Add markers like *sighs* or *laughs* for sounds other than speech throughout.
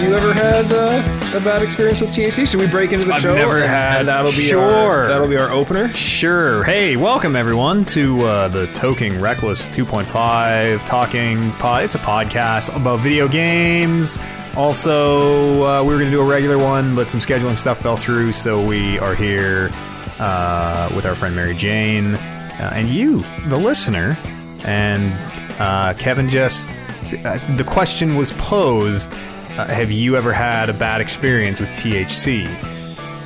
had uh, a bad experience with THC? Should we break into the I've show? never and- had- And that'll be Sure. Our, that'll be our opener. Sure. Hey, welcome everyone to uh, the Toking Reckless 2.5 Talking Pod. It's a podcast about video games. Also, uh, we were going to do a regular one, but some scheduling stuff fell through, so we are here uh, with our friend Mary Jane uh, and you, the listener. And uh, Kevin just. Uh, the question was posed uh, Have you ever had a bad experience with THC?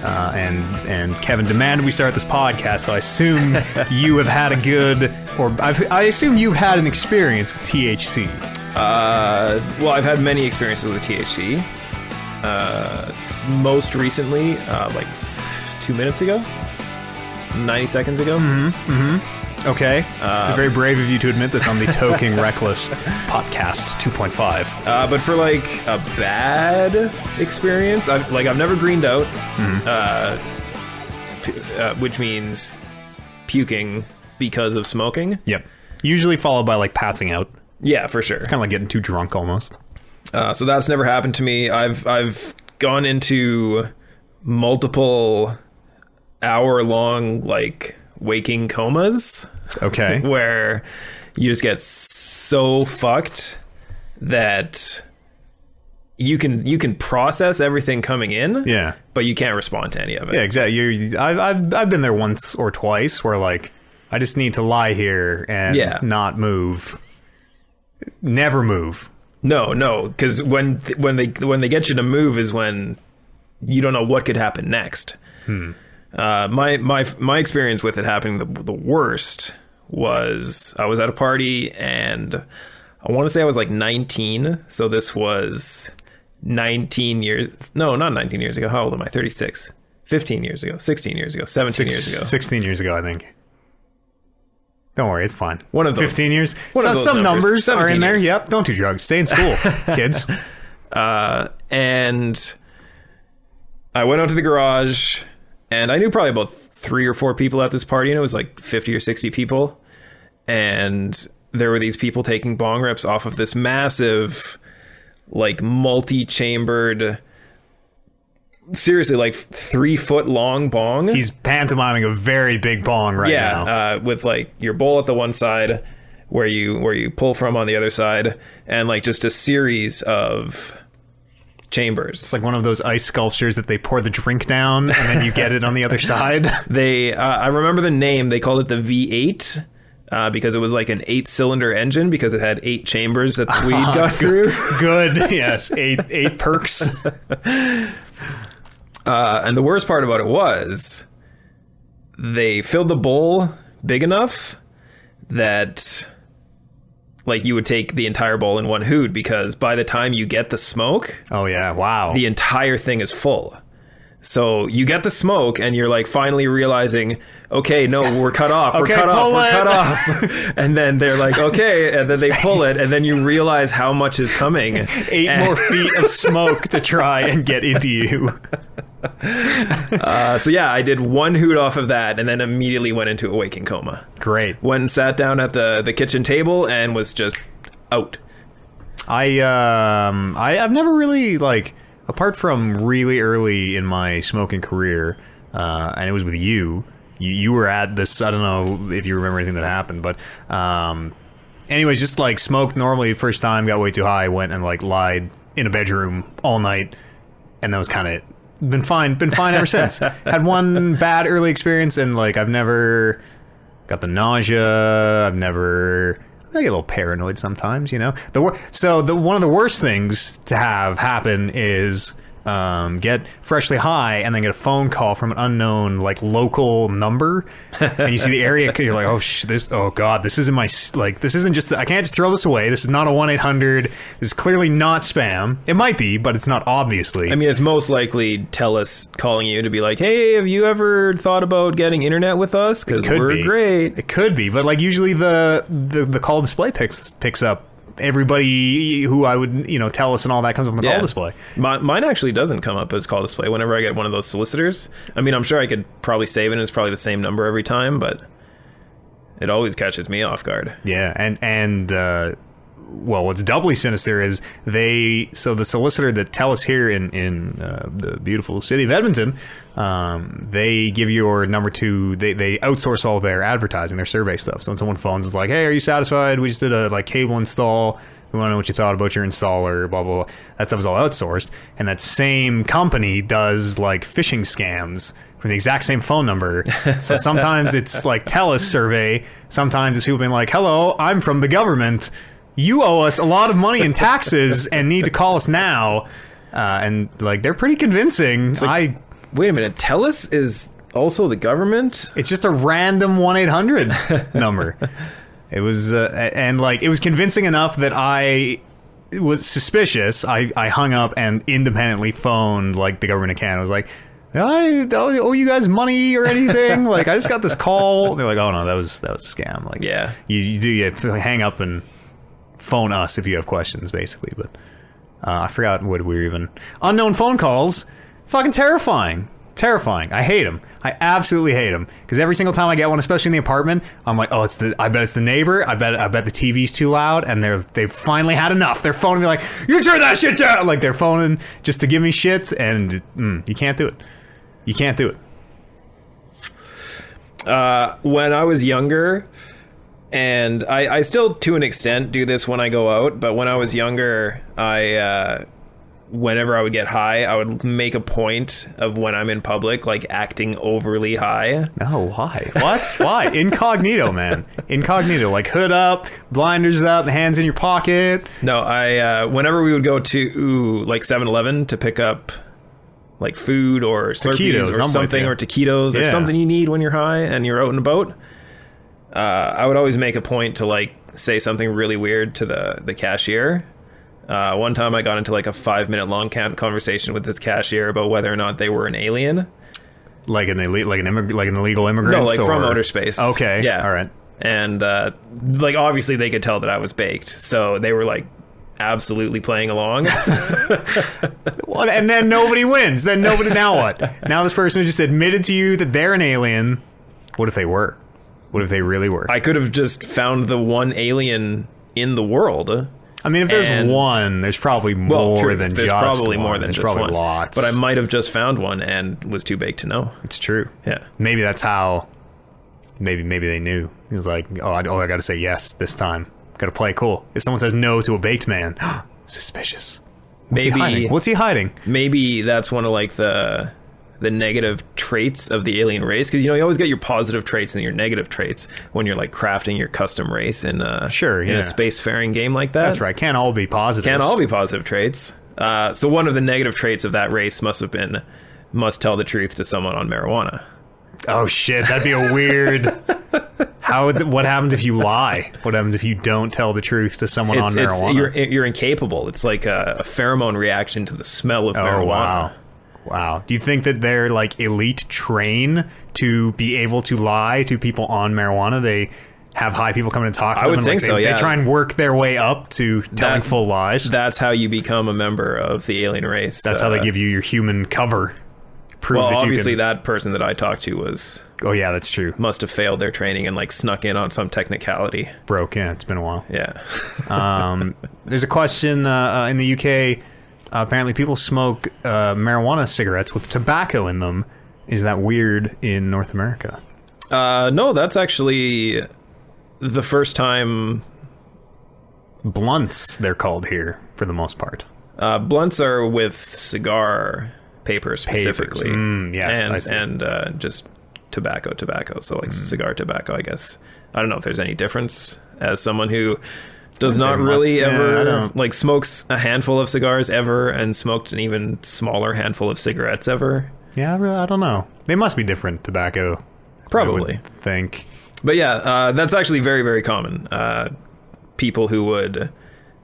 uh, and and Kevin demanded we start this podcast. So I assume you have had a good, or I've, I assume you've had an experience with THC. Uh, well, I've had many experiences with THC. Uh, most recently, uh, like two minutes ago, ninety seconds ago. Mm-hmm. Okay, very brave of you to admit this on the Toking Reckless podcast 2.5. Uh, but for like a bad experience, I've like I've never greened out, Mm-hmm. uh, pu- uh, which means puking because of smoking. Yep. Usually followed by like passing out, Yeah, for sure. kind of like getting too drunk almost. Uh, so that's never happened to me. I've I've gone into multiple hour long like waking comas *laughs* Okay. where you just get so fucked that you can you can process everything coming in, yeah. but you can't respond to any of it. Yeah, exactly. you I've, I've I've been there once or twice where like I just need to lie here and Yeah. not move, never move. No, no, because when when they when they get you to move is when you don't know what could happen next. Uh, my my my experience with it happening the, the worst was I was at a party and I want to say I was like 19, so this was 19 years. No, not 19 years ago. How old am I? 36. 15 years ago. 16 years ago. 17 years ago. 16 years ago, I think. Don't worry, it's fine. One of those- 15 years. one of some, those some numbers. numbers, are 17 in there. years. Yep. Don't do drugs. Stay *laughs* in school, kids. and I went out to the garage, and I knew probably about three or four people at this party, and it was like fifty or sixty people, and there were these people taking bong rips off of this massive, like multi-chambered, seriously like three foot long bong. He's pantomiming a very big bong right yeah, now. uh, with like your bowl at the one side, where you where you pull from on the other side, and like just a series of chambers. it's like one of those ice sculptures that they pour the drink down and then you get it on the *laughs* other side. They, uh, I remember the name. They called it the V8 uh, because it was like an eight-cylinder engine because it had eight chambers that we got through. Good. Yes. Eight eight perks. Uh, and the worst part about it was they filled the bowl big enough that like you would take the entire bowl in one hoot because by the time you get the smoke, Oh yeah. Wow. the entire thing is full. So you get the smoke, and you're like finally realizing, okay, no, we're cut off, *laughs* Okay, we're cut off, pull we're it. cut off, *laughs* and then they're like, okay, and then they pull it, and then you realize how much is coming. *laughs* eight And, *laughs* more feet of smoke to try and get into you. uh, so yeah, I did one hoot off of that, and then immediately went into a waking coma. Great. Went and sat down at the the kitchen table and was just out. I um I I've never really like apart from really early in my smoking career, uh, and it was with you. You you were at this. I don't know if you remember anything that happened, but um, anyways, just like smoked normally first time, got way too high, went and like lied in a bedroom all night, and that was kind of it. Been fine, been fine ever since. Had one bad early experience, and like I've never got the nausea. I've never. I get a little paranoid sometimes, you know. The wor- so the one of the worst things to have happen is um, get freshly high and then get a phone call from an unknown like local number, and you see the area code. You're like, oh sh- this, oh god, this isn't my s- like this isn't just I can't just throw this away. This is not a one eight hundred. This is clearly not spam. It might be, but it's not obviously. I mean, it's most likely Telus calling you to be like, hey, have you ever thought about getting internet with us? Because could we're be great. It could be, but like usually the the, the call display picks picks up everybody who I would you know tell us and all that comes up on the Yeah. call display. Mi- mine actually doesn't come up as call display whenever I get one of those solicitors. I mean, I'm sure I could probably save it. and It's probably the same number every time, but it always catches me off guard. Yeah, and and uh, well, what's doubly sinister is they. So the solicitor that tell us here in in uh, the beautiful city of Edmonton, um, they give your number to. They they outsource all their advertising, their survey stuff. So when someone phones, it's like, hey, are you satisfied? We just did a like cable install. We want to know what you thought about your installer, blah, blah, blah. That stuff is all outsourced. And that same company does like phishing scams from the exact same phone number. So sometimes it's like TELUS survey. Sometimes it's people being like, hello, I'm from the government. You owe us a lot of money in taxes and need to call us now. Uh, and like they're pretty convincing. I Wait a minute, Telus is also the government. It's just a random 1 800 number. It was, uh, a- and like, it was convincing enough that I was suspicious. I, I hung up and independently phoned, like, the government of Canada. I was like, I don't owe you guys money or anything. like, I just got this call. And they're like, oh no, that was, that was a scam. Like, Yeah. You, you do, you have to hang up and phone us if you have questions, basically. But uh, I forgot what we were even. Unknown phone calls, fucking terrifying, terrifying. I hate them. I absolutely hate them because every single time I get one, especially in the apartment, I'm like, oh, it's the. I bet it's the neighbor. I bet. I bet the TV's too loud, and they're they've finally had enough. They're phoning me like, you turn that shit down. Like they're phoning just to give me shit, and mm, you can't do it. You can't do it. when I was younger, and I, I still to an extent do this when I go out, but when I was younger, I uh, whenever I would get high, I would make a point of when I'm in public, like acting overly high. No, why? What? *laughs* why? Incognito, man. Incognito, like hood up, blinders up, hands in your pocket. No, I uh, whenever we would go to ooh, like 7-Eleven to pick up like food or Taquitos, Slurpees I'm or with something you. or taquitos Yeah. or something you need when you're high and you're out and about. Uh, I would always make a point to like say something really weird to the the cashier. Uh, one time I got into like a five minute long camp conversation with this cashier about whether or not they were an alien. like an elite, like an immig- like an illegal immigrant, No, like or- from outer space. Oh, Okay, Yeah. all right. And uh, like obviously they could tell that I was baked, so they were like absolutely playing along. *laughs* Well, and then nobody wins. Then nobody. Now what? Now this person has just admitted to you that they're an alien. What if they were? What if they really were? I, I could have just found the one alien in the world. mean, if there's and- one, there's probably more Well, true, than there's just probably one. more than There's just probably one. Lots, But I might have just found one and was too big to know. It's true. Yeah. Maybe that's how. Maybe maybe they knew. He's like, oh, I, oh, I got to say yes this time. Got to play it cool. If someone says no to a baked man, *gasps* suspicious. What's he Maybe hiding? What's he hiding? maybe that's one of like the the negative traits of the alien race because you know you always get your positive traits and your negative traits when you're like crafting your custom race in a Sure, in yeah. a spacefaring game like that. That's right. Can't all be positive. Can't all be positive traits. Uh, so one of the negative traits of that race must have been must tell the truth to someone on marijuana. Oh shit, that'd be *laughs* a weird. How? Would, what happens if you lie? What happens if you don't tell the truth to someone it's, on it's- marijuana? you're you're incapable. It's like a, a pheromone reaction to the smell of oh marijuana. wow, wow. Do you think that they're like elite train to be able to lie to people on marijuana? They have high people come in and talk. To I them would and, think like, so, They, yeah. they try and work their way up to telling That- full lies. That's how you become a member of the alien race. Uh, That's how they give you your human cover. Prove Well, that obviously, you that person that I talked to was can, Oh yeah, that's true. must have failed their training and like snuck in on some technicality. Broke. Yeah, it's been a while. Yeah, *laughs* Um, there's a question uh, uh, in the UK. Uh, apparently, people smoke uh, marijuana cigarettes with tobacco in them. Is that weird in North America? uh, no, that's actually the first time Blunts, they're called here for the most part. uh, blunts are with cigar paper specifically. Mm, yes, and I see. Mm. and uh, just tobacco, tobacco. So like cigar tobacco, I guess. I don't know if there's any difference as someone who does not There really must- yeah, I ever don't- like smokes a handful of cigars ever and smoked an even smaller handful of cigarettes ever. Yeah, I, really, I don't know. They must be different tobacco. I Probably. would think. But yeah, uh, that's actually very, very common. Uh, people who would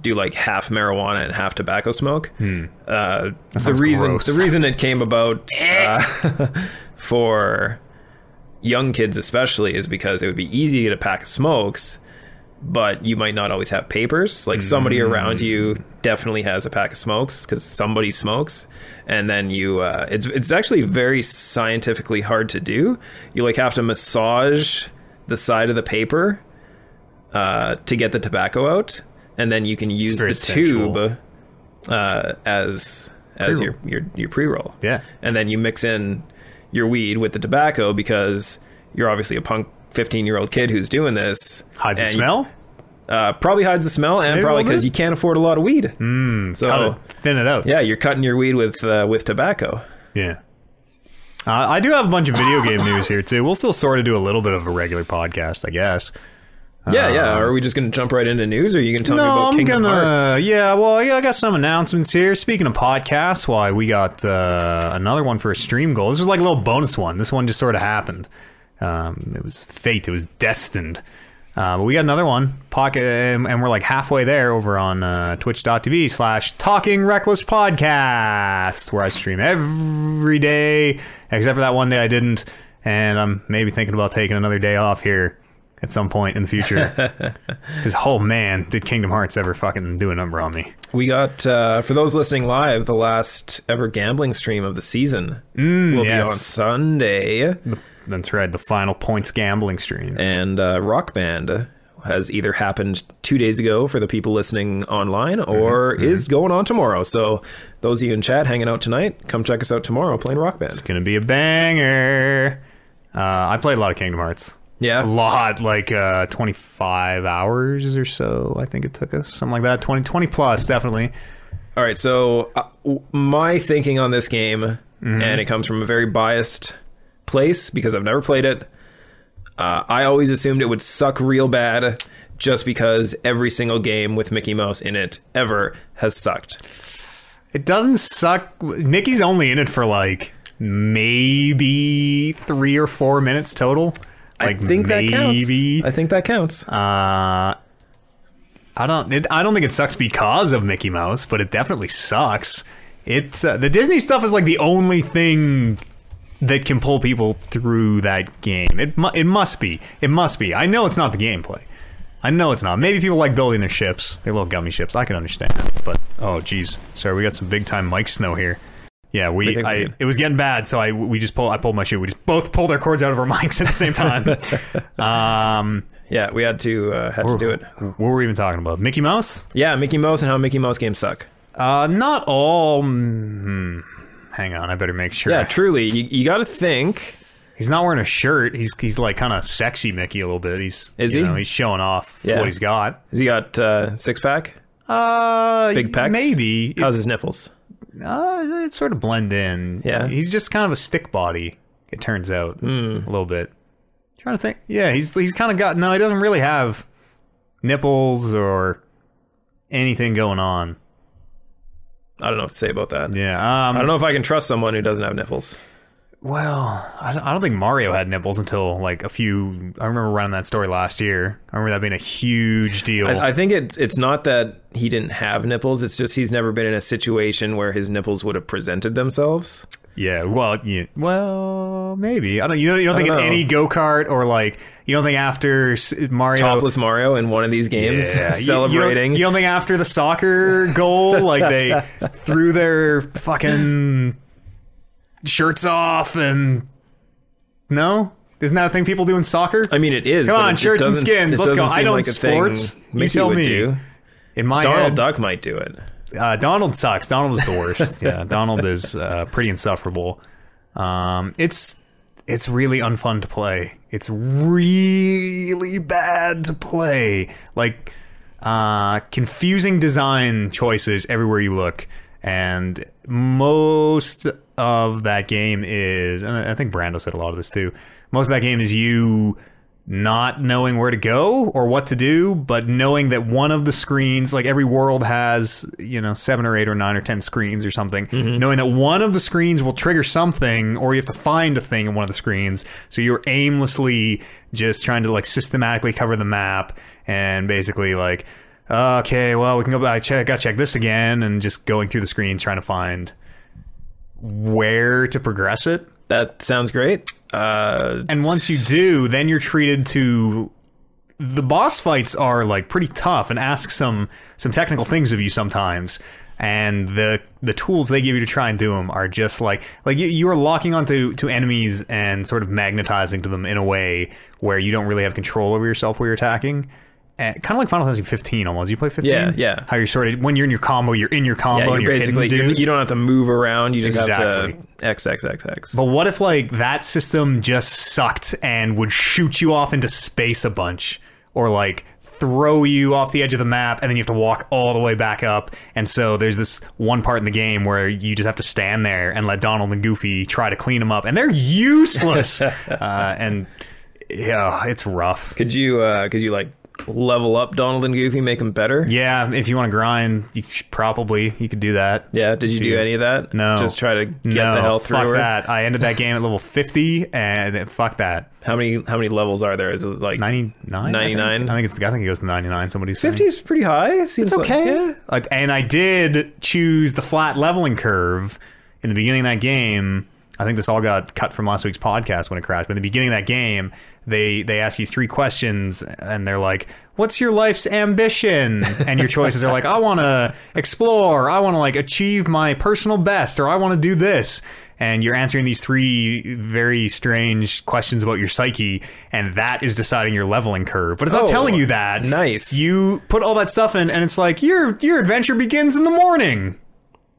do like half marijuana and half tobacco smoke. Uh, the Hmm. sounds reason gross. the reason it came about uh, *laughs* for young kids especially is because it would be easy to get a pack of smokes, but you might not always have papers. Like somebody Mm. around you definitely has a pack of smokes because somebody smokes, and then you uh, it's it's actually very scientifically hard to do. You like have to massage the side of the paper uh, to get the tobacco out. and then you can use very the sensual. tube uh, as as Pre-roll. your your your pre-roll. Yeah. and then you mix in your weed with the tobacco because you're obviously a punk 15 year old kid who's doing this. Hides the And you- smell. uh, probably hides the smell, and Maybe a probably little because bit. you can't afford a lot of weed. Mm, so Gotta thin it out. yeah, you're cutting your weed with uh, with tobacco. Yeah. Uh, I do have a bunch of video game news here too. We'll still sort of do a little bit of a regular podcast, I guess. Yeah, yeah. Are we just going to jump right into news, or are you going to tell me Ah. no, about I'm Kingdom gonna. Hearts? Yeah, well, yeah, I got some announcements here. Speaking of podcasts, why we got uh, another one for a stream goal. This was like a little bonus one. This one just sort of happened. Um, it was fate. It was destined. Uh, but we got another one, pocket, and, and we're like halfway there over on uh, twitch.tv slash talking reckless podcast, where I stream every day, except for that one day I didn't. And I'm maybe thinking about taking another day off here at some point in *laughs* the future. Because oh man, did Kingdom Hearts ever fucking do a number on me? We got uh, for those listening live, the last ever gambling stream of the season will Hmm, yes. be on Sunday, That's right, the final points gambling stream. and uh, Rock Band has either happened two days ago for the people listening online, Mm-hmm, or is going on tomorrow. So those of you in chat hanging out tonight, come check us out tomorrow playing Rock Band. It's gonna be a banger. Uh, I played a lot of Kingdom Hearts. Yeah. a lot, like uh, 25 hours or so. I think it took us something like that. 20, 20 plus, definitely. All right, so uh, w- my thinking on this game, Mm-hmm. and it comes from a very biased place because I've never played it. Uh, I always assumed it would suck real bad, just because every single game with Mickey Mouse in it ever has sucked. It doesn't suck. Mickey's only in it for like maybe three or four minutes total. Like I think maybe. that counts. I think that counts. Uh, I don't. It, I don't think it sucks because of Mickey Mouse, but it definitely sucks. It's uh, the Disney stuff is like the only thing that can pull people through that game. It mu- it must be. It must be. I know it's not the gameplay. I know it's not. Maybe people like building their ships, their little gummy ships. I can understand. But oh, geez, sorry, we got some big time Mike Snow here. Yeah, I we. think we I, did. it was getting bad, so I we just pull. I pulled my shoe. We just both pulled our cords out of our *laughs* mics at the same *laughs* time. um. Yeah, we had to uh, had to do it. What were we even talking about? Mickey Mouse? Yeah, Mickey Mouse and how Mickey Mouse games suck. Uh, not all. Hmm. Hang on, I better make sure. Yeah, truly, you, you got to think. he's not wearing a shirt. He's he's like kind of sexy Mickey a little bit. He's Is you he? Know, he's showing off Yeah. what he's got. Has he got uh, six pack? Uh, Big pecs? Maybe it, How's his nipples? uh, it sort of blend in. Yeah. Hmm. he's just kind of a stick body. It turns out a little bit. Trying to think. Yeah, he's he's kind of got. No, he doesn't really have nipples or anything going on. I don't know what to say about that. Yeah. Um, I don't know if I can trust someone who doesn't have nipples. Well, I don't, I don't think Mario had nipples until like a few. I remember running that story last year. I remember that being a huge deal. I, I think it's it's not that he didn't have nipples. It's just he's never been in a situation where his nipples would have presented themselves. yeah, well, yeah, well, maybe. I don't. You don't, you don't think don't in know. any go kart or like you don't think after s- Mario. Topless Mario in one of these games Oh. Yeah, you- you don't- *laughs* celebrating. You, don't think after the soccer goal, *laughs* like they threw their fucking shirts off and no, isn't that a thing people do in soccer? I mean, it is. Come but on, it- it shirts and doesn't- skins, it let's go. doesn't I seem don't like a thing sports. You Mickey tell would me. do. in my Donald head, Duck might do it. Uh, Donald sucks. Donald is the worst. yeah, Donald is uh, pretty insufferable. Um, it's it's really unfun to play. It's really bad to play. Like uh, confusing design choices everywhere you look, and most of that game is. And I think Brando said a lot of this too. Most of that game is you not knowing where to go or what to do, but knowing that one of the screens, like every world has, you know, seven or eight or nine or ten screens or something, knowing that one of the screens will trigger something or you have to find a thing in one of the screens. So you're aimlessly just trying to like systematically cover the map and basically like, okay, well, we can go back, check, gotta check this again, and just going through the screens trying to find where to progress it. That sounds great. Uh, And once you do, then you're treated to the boss fights are like pretty tough and ask some some technical things of you sometimes. And the the tools they give you to try and do them are just like like you, you are locking onto to enemies and sort of magnetizing to them in a way where you don't really have control over yourself where you're attacking. kind of like Final Fantasy 15 almost. You play 15? Yeah, yeah. How you're sort of when you're in your combo, you're in your combo. Yeah, and you're you're hitting basically dudes. you you don't have to move around. You just Exactly. have to x x x x. But what if like that system just sucked and would shoot you off into space a bunch or like throw you off the edge of the map and then you have to walk all the way back up and so there's this one part in the game where you just have to stand there and let Donald and Goofy try to clean them up and *laughs* they're useless uh, and yeah it's rough Could you uh, could you like level up Donald and Goofy, make them better? yeah if you want to grind you should probably you could do that Yeah, Did you do any of that? No. Just try to get no, the health fuck through. her? that I *laughs* ended that game at level 50 and fuck that How many how many levels are there? Is it like 99 I 99? think, I think it's I think it goes to 99 somebody's saying. 50 is pretty high. Seems it's okay Like, yeah. Like, and I did choose the flat leveling curve in the beginning of that game I think this all got cut from last week's podcast when it crashed but in the beginning of that game they they ask you three questions and they're like what's your life's ambition and your choices are like I want to explore I want to like achieve my personal best or I want to do this and you're answering these three very strange questions about your psyche and that is deciding your leveling curve but it's not Oh, telling you that nice. you put all that stuff in and it's like your your adventure begins in the morning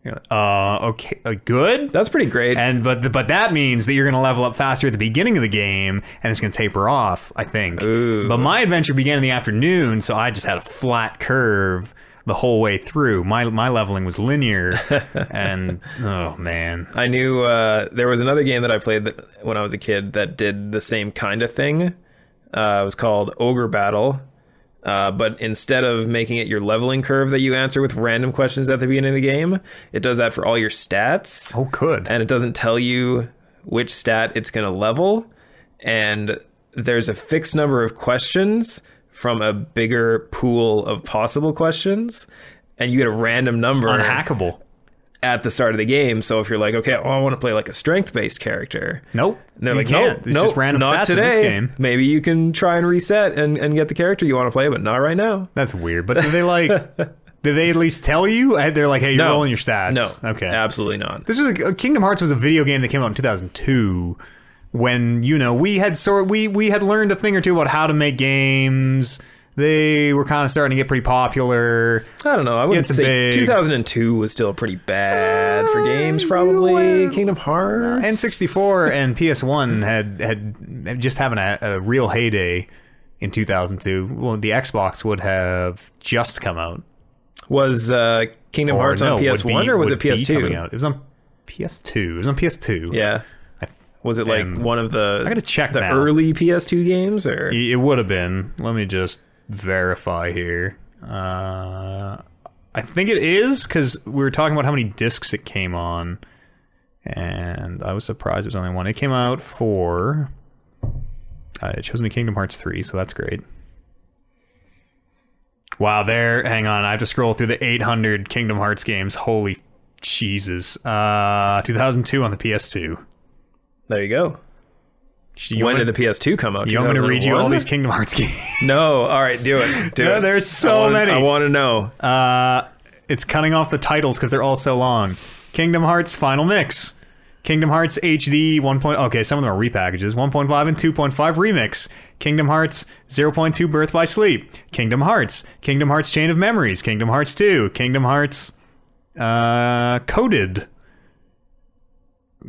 You're like, uh okay uh, good That's pretty great. and but but that means that you're going to level up faster at the beginning of the game and it's going to taper off i think Ooh. but my adventure began in the afternoon so i just had a flat curve the whole way through my my leveling was *laughs* linear and oh man I knew uh, there was another game that I played that, when I was a kid that did the same kind of thing. Uh, it was called Ogre Battle. Uh, but instead of making it your leveling curve that you answer with random questions at the beginning of the game, it does that for all your stats. oh good and it doesn't tell you which stat it's going to level and there's a fixed number of questions from a bigger pool of possible questions and you get a random number unhackable at the start of the game so if you're like okay oh, i want to play like a strength based character nope and they're you like can't. nope, it's nope, just random not stats today in this game maybe you can try and reset and, and get the character you want to play but not right now That's weird. But do they *laughs* like? do they at least tell you? Uh, They're like, hey, you're no rolling your stats. no Okay. absolutely not This was a, Kingdom Hearts was a video game that came out in 2002. When you know we had sort we we had learned a thing or two about how to make games. They were kind of starting to get pretty popular. I don't know. I wouldn't It's a say big- Uh, 2002 was still pretty bad for games. you Probably went- Kingdom Hearts N64 and PS1 had had just having a, a real heyday in 2002. Well, the Xbox would have just come out. was uh, Kingdom Or Hearts no, on would PS1 be- or was it would be coming PS2? out. It was on PS2. It was on PS2. Yeah, I th- was it like Um, one of the I gotta check the now. early PS2 games or It would have been. Let me just verify here. Uh, I think it is because we were talking about how many discs it came on, and I was surprised it was only one. It came out for. Uh, it shows me Kingdom Hearts three, so that's great. Wow, there. Hang on, I have to scroll through the 800 Kingdom Hearts games. Holy Jesus! Uh, 2002 on the PS2. there you go. You when want, did the PS2 come out? you want me to read you all 2001? these Kingdom Hearts *laughs* games? No, all right, do *laughs* it. Do No, it. there's so I wanna- many. I want to know. Uh, it's cutting off the titles because they're all so long. Kingdom Hearts Final Mix, Kingdom Hearts HD 1. Point, okay, some of them are repackages. 1.5 and 2.5 Remix, Kingdom Hearts 0.2 Birth by Sleep, Kingdom Hearts, Kingdom Hearts Chain of Memories, Kingdom Hearts 2, Kingdom Hearts uh, Coded.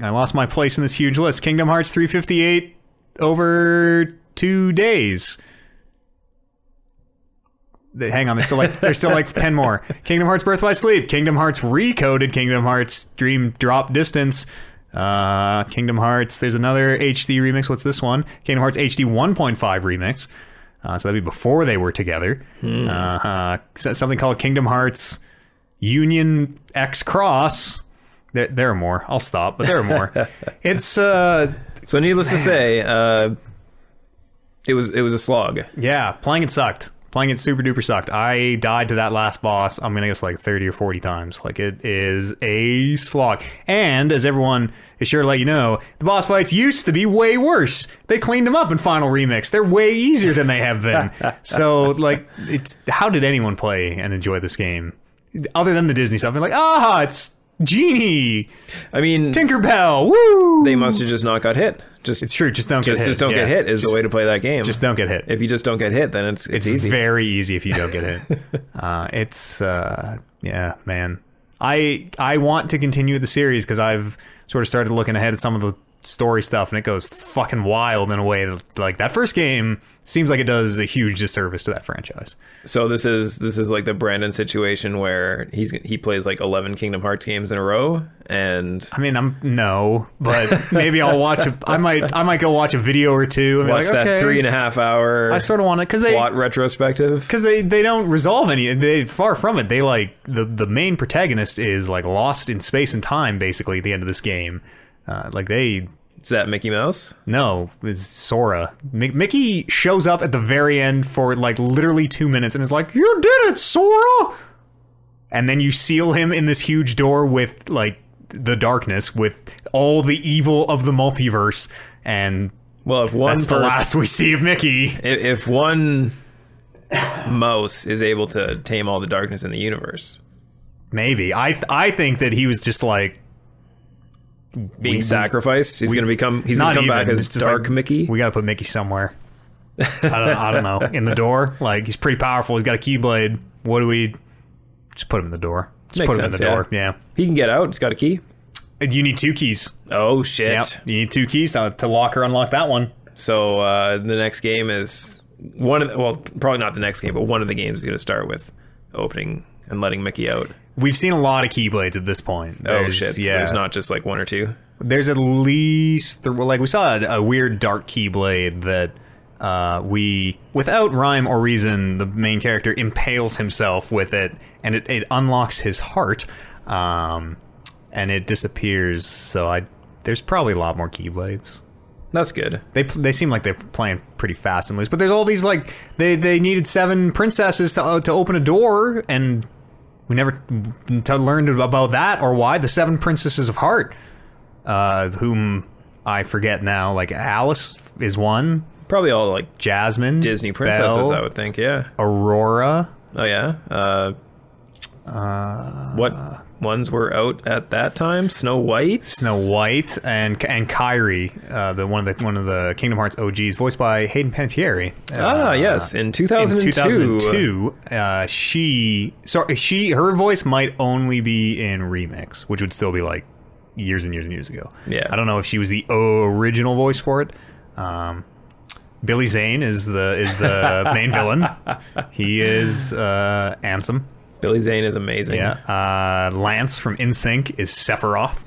I lost my place in this huge list. Kingdom Hearts 358 over two days. They- hang on, there's still like there's still like ten more. Kingdom Hearts Birth by Sleep, Kingdom Hearts Recoded, Kingdom Hearts Dream Drop Distance, uh, Kingdom Hearts. There's another HD remix. What's this one? Kingdom Hearts HD 1.5 remix. Uh, so that'd be before they were together. Uh, uh, so- something called Kingdom Hearts Union X Cross. There, there are more. I'll stop, but there are more. it's uh, So, needless to say, uh, it was it was a slog. yeah, playing it sucked. Playing it super duper sucked. I died to that last boss. I'm gonna guess like 30 or 40 times. Like it is a slog. And as everyone is sure to let you know, the boss fights used to be way worse. They cleaned them up in Final Remix. They're way easier than they *laughs* have been. so like, it's how did anyone play and enjoy this game other than the Disney stuff? And like, ah, it's Genie, I mean, Tinkerbell, woo! they must have just not got hit. Just it's true. Just don't just, get hit. just don't Yeah. get hit is Just- the way to play that game. Just don't get hit. if you just don't get hit, then it's it's, It's easy. very easy if you don't get *laughs* hit. uh, it's uh, yeah, man. I I want to continue the series because I've sort of started looking ahead at some of the story stuff, and it goes fucking wild in a way that like that first game seems like it does a huge disservice to that franchise. so this is this is like the Brandon situation where he's he plays like eleven Kingdom Hearts games in a row, and I mean, I'm no, but maybe I'll watch. A, I might I might go watch a video or two. And be watch like, that okay. three and a half hour I sort of want to because they plot retrospective. because they, they don't resolve any they far from it they like the the main protagonist is like lost in space and time basically at the end of this game uh, like they Is that Mickey Mouse? no it's sora Mi- mickey shows up at the very end for like literally two minutes and is like you did it sora and then you seal him in this huge door with like the darkness with all the evil of the multiverse and Well, if one that's the person- last we see of mickey if, if one mouse is able to tame all the darkness in the universe, maybe i th- i think that he was just like being sacrificed, he's going to become he's going Not to come back even. as It's just Dark like, Mickey. We got to put Mickey somewhere. I don't, I *laughs* don't know. In the door, like he's pretty powerful. He's got a keyblade. What do we? Just put him in the door. Just Makes put him sense, in the yeah. door. Yeah. he can get out. He's got a key. And You need two keys. Oh shit! Yep. You need two keys to, to lock or unlock that one. So uh, the next game is one of the, well, probably not the next game, but one of the games is going to start with opening and letting Mickey out. We've seen a lot of keyblades at this point. Oh There's- shit! Yeah. There's not just like one or two. There's at least th- well, like we saw a, a weird dark keyblade that uh, we without rhyme or reason the main character impales himself with it and it, it unlocks his heart um, and it disappears. So I there's probably a lot more keyblades. That's good. They pl- they seem like they're playing pretty fast and loose, but there's all these like they they needed seven princesses to uh, to open a door and. We never t- learned about that or why the seven princesses of heart uh, whom I forget now. Like Alice is one, Probably all like Jasmine, Disney princesses, Belle, I would think. Yeah. Aurora. Oh yeah. Uh, Uh, what ones were out at that time? Snow White. Snow White and and Kyrie, uh, the one of the one of the Kingdom Hearts OGs, voiced by Hayden Panettiere. Ah, Uh, yes, in In 2002. 2002, uh, she sorry, she her voice might only be in remix, which would still be like years and years and years ago. Yeah. I don't know if she was the original voice for it. Um, Billy Zane is the is the main villain. He is uh, handsome. Billy Zane is amazing. Yeah. Uh, Lance from InSync is Sephiroth.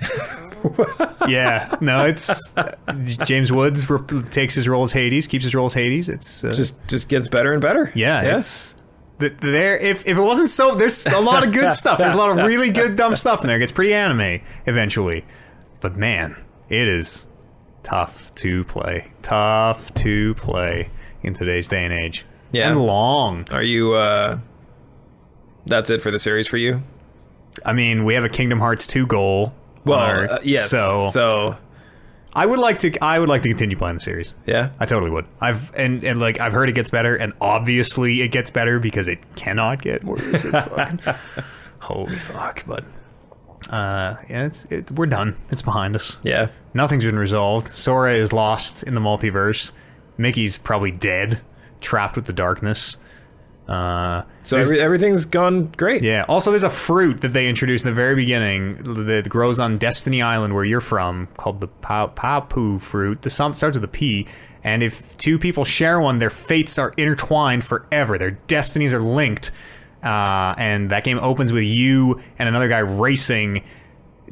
yeah. No, it's uh, James Woods rep- takes his role as Hades, keeps his role as Hades. It's uh, Just just gets better and better. yeah, Yes. it's th- there. If if it wasn't so, there's a lot of good stuff. There's a lot of really good dumb stuff in there. It gets pretty anime eventually, but man, it is tough to play. Tough to play in today's day and age. Yeah. and long. Are you uh that's it for the series for you? I mean, we have a Kingdom Hearts two goal. on Well, our- uh, yes. So, so I would like to. I would like to continue playing the series. yeah. I totally would. I've and, and like I've heard it gets better, and obviously it gets better because it cannot get worse. It's fucking, holy fuck! But uh, yeah, it's it, we're done. It's behind us. Yeah. Nothing's been resolved. Sora is lost in the multiverse. Mickey's probably dead, trapped with the darkness. Uh, So there's- every, everything's gone great. yeah. Also, there's a fruit that they introduced in the very beginning that grows on Destiny Island, where you're from, called the pa- Papu fruit. The some starts with a P, and if two people share one, their fates are intertwined forever. Their destinies are linked. Uh, and that game opens with you and another guy racing,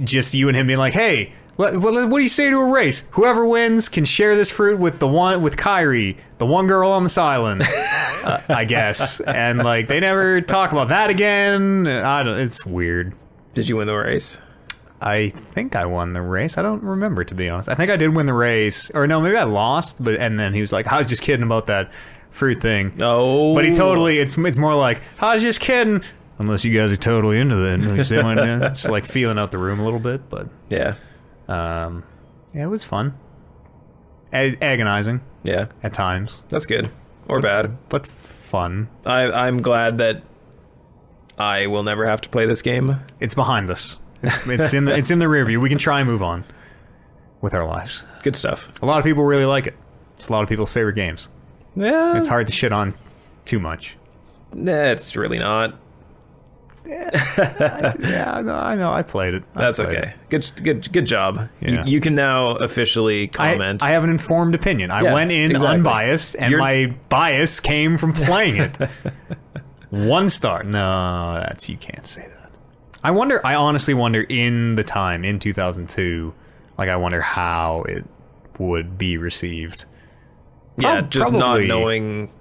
just you and him being like, "Hey, let, what, what do you say to a race? Whoever wins can share this fruit with the one with Kyrie, the one girl on this island." I guess. And like they never talk about that again. I don't, it's weird. Did you win the race? I think I won the race. I don't remember to be honest. I think I did win the race, or no, maybe I lost. But and then he was like, "I was just kidding about that fruit thing." No. But he totally. It's it's more like I was just kidding. Unless you guys are totally into that, like, say my name. just like feeling out the room a little bit. But Yeah. um, yeah, it was fun. A- agonizing Yeah. at times, That's good. Or bad. but fun. I I'm glad that I will never have to play this game. It's behind us. It's in the it's in the rear view. We can try and move on with our lives. Good stuff. A lot of people really like it. It's a lot of people's favorite games. Yeah, It's hard to shit on too much. Nah, it's really not. Yeah, no, I know. I played it. I That's played it. okay. Good, good, good job. Yeah. You, you can now officially I, comment. I have an informed opinion. I Yeah, went in exactly. unbiased, and You're- my bias came from *laughs* playing it. One star. No, that's you can't say that. I wonder. I honestly wonder. In the time in 2002, like I wonder how it would be received. yeah, prob- just not probably- knowing,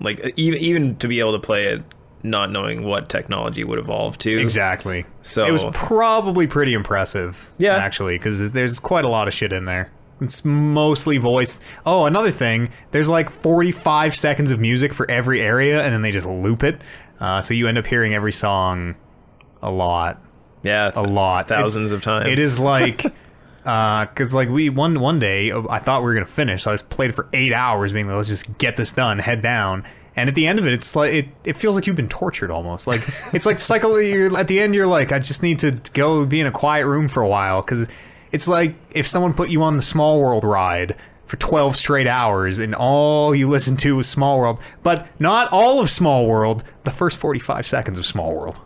like even even to be able to play it, not knowing what technology would evolve to. Exactly. So- it was probably pretty impressive. Yeah. actually, because there's quite a lot of shit in there. It's mostly voice. Oh, another thing. There's like 45 seconds of music for every area, and then they just loop it. Uh, so you end up hearing every song a lot, Yeah, a lot, It's- thousands of times. *laughs* It is like, because like we one one day uh, I thought we were gonna finish, so I just played for eight hours, being like, let's just get this done, head down. And at the end of it, it's like it, it feels like you've been tortured *laughs* almost. Like it's like cycle. You're, at the end, you're like, I just need to go be in a quiet room for a while because it's like if someone put you on the Small World ride for 12 straight hours and all you listened to was Small World, but not all of Small World. The first 45 seconds of Small World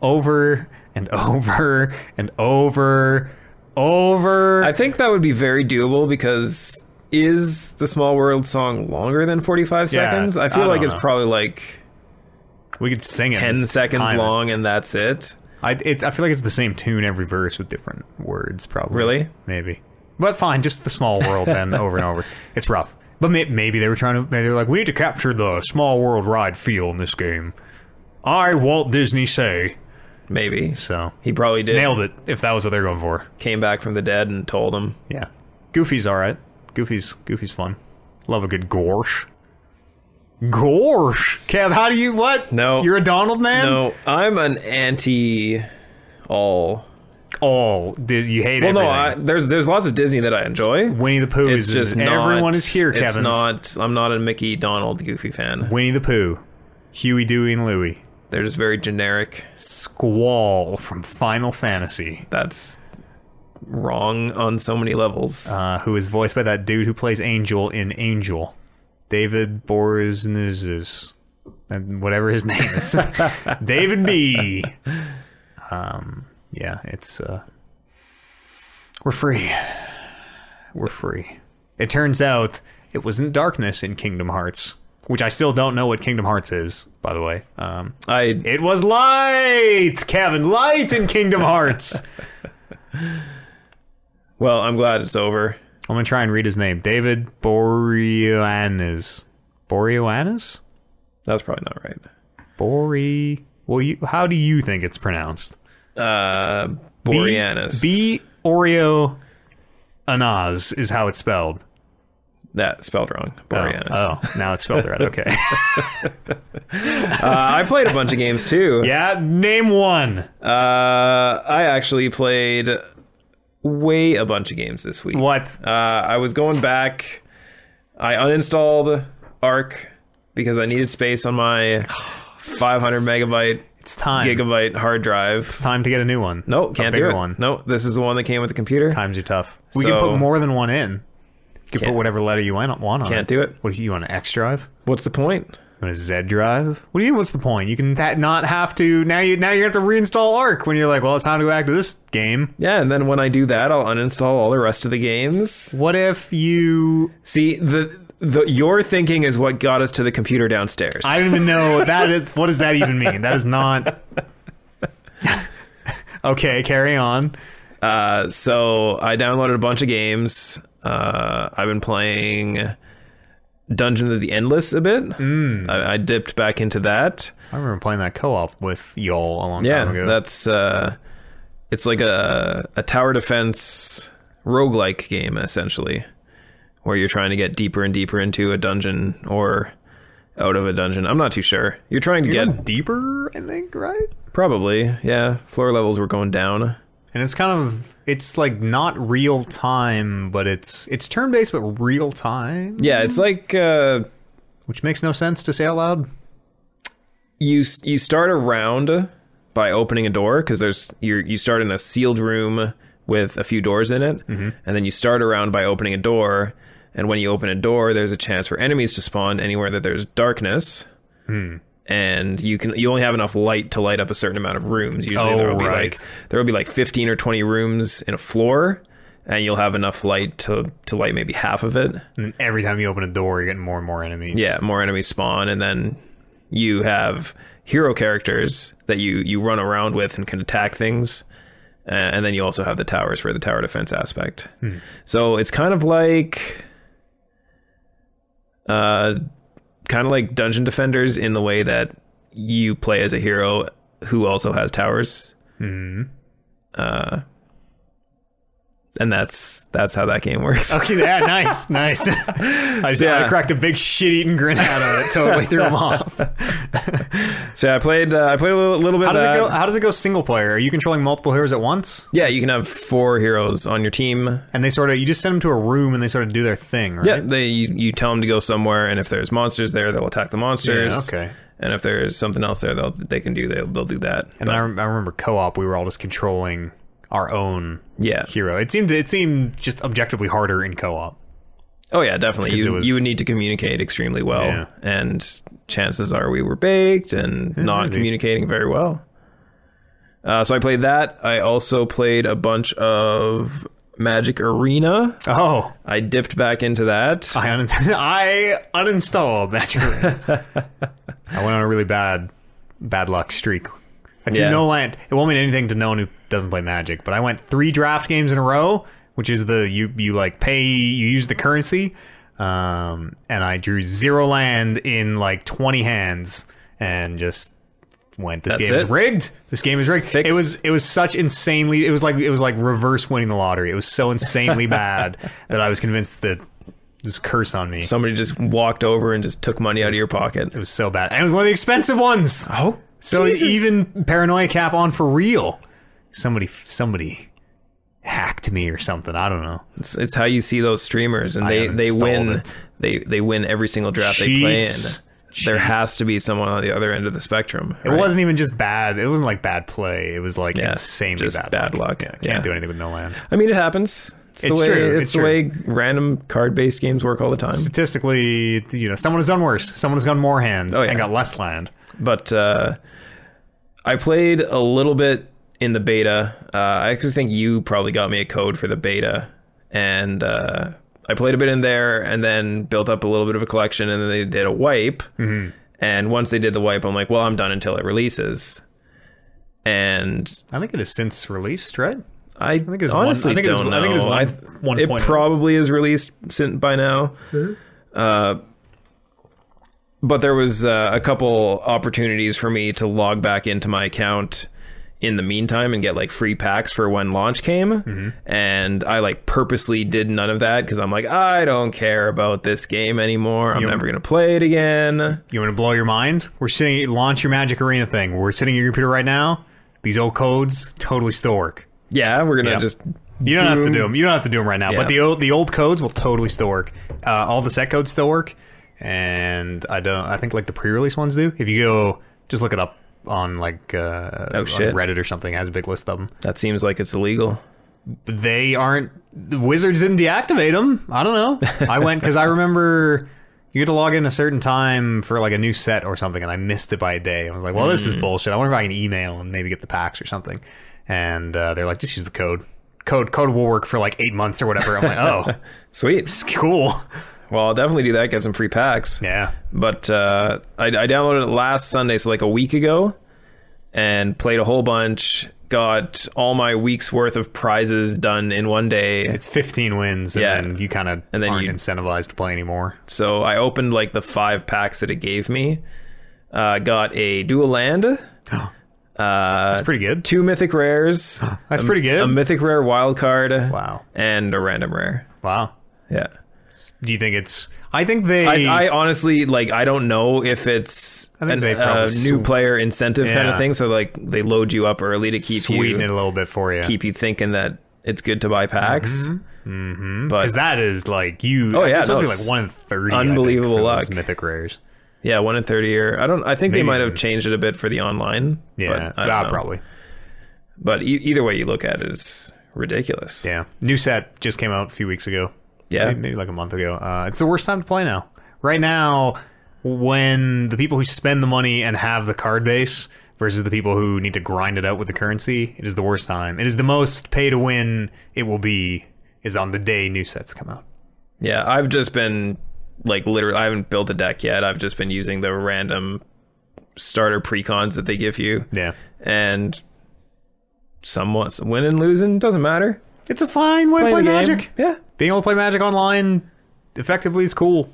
over and over and over over I think that would be very doable because is the Small World song longer than forty five Yeah, seconds? I I feel like don't it's know. probably like we could sing it ten seconds time it. long, and that's it. I, it, I feel like it's the same tune every verse with different words probably Really? maybe but fine just the small *laughs* world then over and over it's rough but may, maybe they were trying to maybe they were like we need to capture the small world ride feel in this game i walt disney say Maybe so he probably did. nailed it if that was what they were going for Came back from the dead and told him. yeah goofy's all right goofy's goofy's fun love a good gorsh gorsh kev how do you what No. you're a donald man No, I'm an anti all. all did Oh, you hate Well, no, everything. I, there's there's lots of Disney that I enjoy. Winnie the Pooh It's is just not, everyone is here, It's Kevin. not. I'm not a Mickey, Donald, Goofy fan. Winnie the Pooh, Huey, Dewey, and Louie, They're just very generic. Squall from Final Fantasy, That's wrong on so many levels. uh, who is voiced by that dude who plays Angel in Angel, David Borisnizis, and whatever his *laughs* name is, David B. Um, yeah, it's uh, we're free, we're free. It turns out it wasn't darkness in Kingdom Hearts. Which I still don't know what Kingdom Hearts is, by the way. Um, I It was light, Kevin. Light in Kingdom Hearts. well, I'm glad it's over. I'm gonna try and read his name. David Boreanaz. Boreanaz? That's probably not right. Bore. Well, you. How do you think it's pronounced? Uh, Boreanaz. B Oreo. Anaz is how it's spelled. that spelled wrong. Oh, Boreanaz. Oh, now it's spelled right. Okay. *laughs* Uh, I played a bunch of games too. *laughs* yeah. Name one. Uh, I actually played way a bunch of games this week. What? Uh, I was going back. I uninstalled Arc because I needed space on my 500 *sighs* megabyte It's time. gigabyte hard It's drive. time to get a new one. No, A can't bigger do it. One. No, this is the one that came with the computer. Times are tough. We can So- put more than one in. You can put Can't- whatever letter you want want on. Can't do it. What do you want? An X drive? What's the point? You want a Z drive? What do you mean? What's the point? You can that not have to now. You now you have to reinstall Arc when you're like, well, it's time to go back to this game. Yeah, and then when I do that, I'll uninstall all the rest of the games. What if you? See, the the your thinking is what got us to the computer downstairs. I don't even know *laughs* that. Is, what does that even mean? That is not. *laughs* okay, carry on. Uh, so I downloaded a bunch of games. Uh, I've been playing Dungeon of the Endless a bit. I, I dipped back into that. I remember playing that co-op with y'all a long Yeah, time ago. that's uh, it's like a a tower defense roguelike game essentially, where you're trying to get deeper and deeper into a dungeon or out of a dungeon. I'm not too sure. You're trying to It get went deeper, I think, right? probably yeah. Floor levels were going down. And it's kind of it's like not real time, but it's it's turn based but real time, Yeah, it's like uh, which makes no sense to say out loud. you you start a round by opening a door because there's you you start in a sealed room with a few doors in it, Mm-hmm. and then you start around by opening a door. And when you open a door, there's a chance for enemies to spawn anywhere that there's darkness. Hmm. And you can you only have enough light to light up a certain amount of rooms. Usually Oh, there will be right. like there will be like fifteen or twenty rooms in a floor, and you'll have enough light to to light maybe half of it. And every time you open a door, you're getting more and more enemies. Yeah, more enemies spawn, and then you have hero characters that you you run around with and can attack things, uh, and then you also have the towers for the tower defense aspect. Hmm. So it's kind of like, uh, kind of like dungeon defenders in the way that you play as a hero who also has towers. Hmm. Uh, and that's that's how that game works. Okay, yeah, *laughs* nice, nice. I, just, I Yeah. cracked a big shit-eating grin out of it. Totally threw him *laughs* off. *laughs* So I played uh, I played a little, little bit. How of does that. it go? How does it go single player? Are you controlling multiple heroes at once? Yeah, you can have four heroes on your team. And they sort of you just send them to a room and they sort of do their thing, right? Yeah, they you, you tell them to go somewhere, and if there's monsters there, they'll attack the monsters. Yeah, okay. And if there's something else there, they'll they can do they'll, they'll do that. And then I, rem- I remember co-op, we were all just controlling our own Yeah. hero. It seemed it seemed just objectively harder in co-op. Oh yeah, definitely. it You was- you would need to communicate extremely well, Yeah. and chances are we were baked and not maybe. communicating very well. Uh, so I played that. I also played a bunch of Magic Arena. Oh, I dipped back into that. I un- *laughs* I uninstalled Magic Arena. *laughs* I went on a really bad bad luck streak. I do Yeah. no land. It won't mean anything to no one who doesn't play Magic, but I went three draft games in a row, which is the you you like pay you use the currency, um, and I drew zero land in like twenty hands and just went. This That's game is it? rigged. This game is rigged. Fix- It was it was such insanely it was like it was like reverse winning the lottery. It was *laughs* so insanely bad that I was convinced that this curse on me. Somebody just walked over and just took money out of your pocket. It was so bad. And it was one of the expensive ones. Oh, So Jesus. even paranoia cap on for real. Somebody somebody hacked me or something. I don't know. It's, it's how you see those streamers, and they, they uninstalled win. it. They they win every single draft they play in. Cheats. There Cheats. has to be someone on the other end of the spectrum. It wasn't even just bad. It wasn't like bad play. It was like Yeah, insanely just bad. bad luck. Yeah, can't Yeah. do anything with no land. I mean, it happens. It's, the It's way, true, It's, it's the true. way random card based games work all the time. Statistically, you know, someone has done worse. Someone has done more hands Oh, yeah. and got less land. But uh, I played a little bit in the beta. Uh, I actually think you probably got me a code for the beta, and uh, I played a bit in there, and then built up a little bit of a collection, and then they did a wipe. And once they did the wipe, I'm like, well, I'm done until it releases. And I think it has since released, right? I, it was one- honestly I think it was- don't I know. think it was one- I- one it point. probably is released sin- by now. Uh, but there was uh, a couple opportunities for me to log back into my account in the meantime and get like free packs for when launch came Mm-hmm. and i like purposely did none of that because i'm like i don't care about this game anymore i'm never gonna play it again You want to blow your mind? We're sitting launch your Magic Arena thing. We're sitting at your computer right now. These old codes totally still work. yeah we're gonna Yep. just You don't have Boom. to do them. You don't have to do them right now. Yeah. But the old the old codes will totally still work. Uh, all the set codes still work, and I don't. I think like the pre-release ones do. If you go, just look it up on like uh, on Oh, shit. Reddit or something. It has a big list of them. that seems like it's illegal they aren't the wizards didn't deactivate them i don't know i went *laughs* because i remember you had to log in a certain time for like a new set or something and i missed it by a day i was like well this is Hmm. bullshit i wonder if i can email and maybe get the packs or something and uh, they're like just use the code code code will work for like eight months or whatever i'm *laughs* like oh sweet it's cool well i'll definitely do that get some free packs yeah but uh, I, I downloaded it last Sunday, so like a week ago, and played a whole bunch. Got all my week's worth of prizes done in one day. it's 15 wins and Yeah. then you kind of And then aren't you- incentivized to play anymore So I opened like the five packs that it gave me. Uh, got a dual land, uh, that's pretty good two mythic rares, that's pretty good a mythic rare wild card, wow and a random rare. wow Yeah. do you think it's i think they I, I honestly like I don't know if it's think an- they a probably new sw- player incentive kind of Yeah. thing. So like they load you up early to keep sweeten you it a little bit for you keep you thinking that it's good to buy packs. Mm-hmm. But Because that is like you. Oh yeah, it's supposed Oh, no, to be it's like one in thirty. I think, unbelievable for those luck. mythic rares. Yeah, one in third year. I don't. I think they Maybe. might have changed it a bit for the online. Yeah, but I don't ah, know. probably. But e- either way you look at it, it's ridiculous. Yeah, new set just came out a few weeks ago. Yeah. maybe, maybe like a month ago. Uh, it's the worst time to play now. Right now, when the people who spend the money and have the card base versus the people who need to grind it out with the currency, it is the worst time. It is the most pay to win it will be is on the day new sets come out. Yeah, I've just been like literally. I haven't built a deck yet. I've just been using the random starter precons that they give you, Yeah, and somewhat winning, losing doesn't matter. it's a fine way Play to play the game. Magic. Yeah, Being able to play Magic online effectively is cool.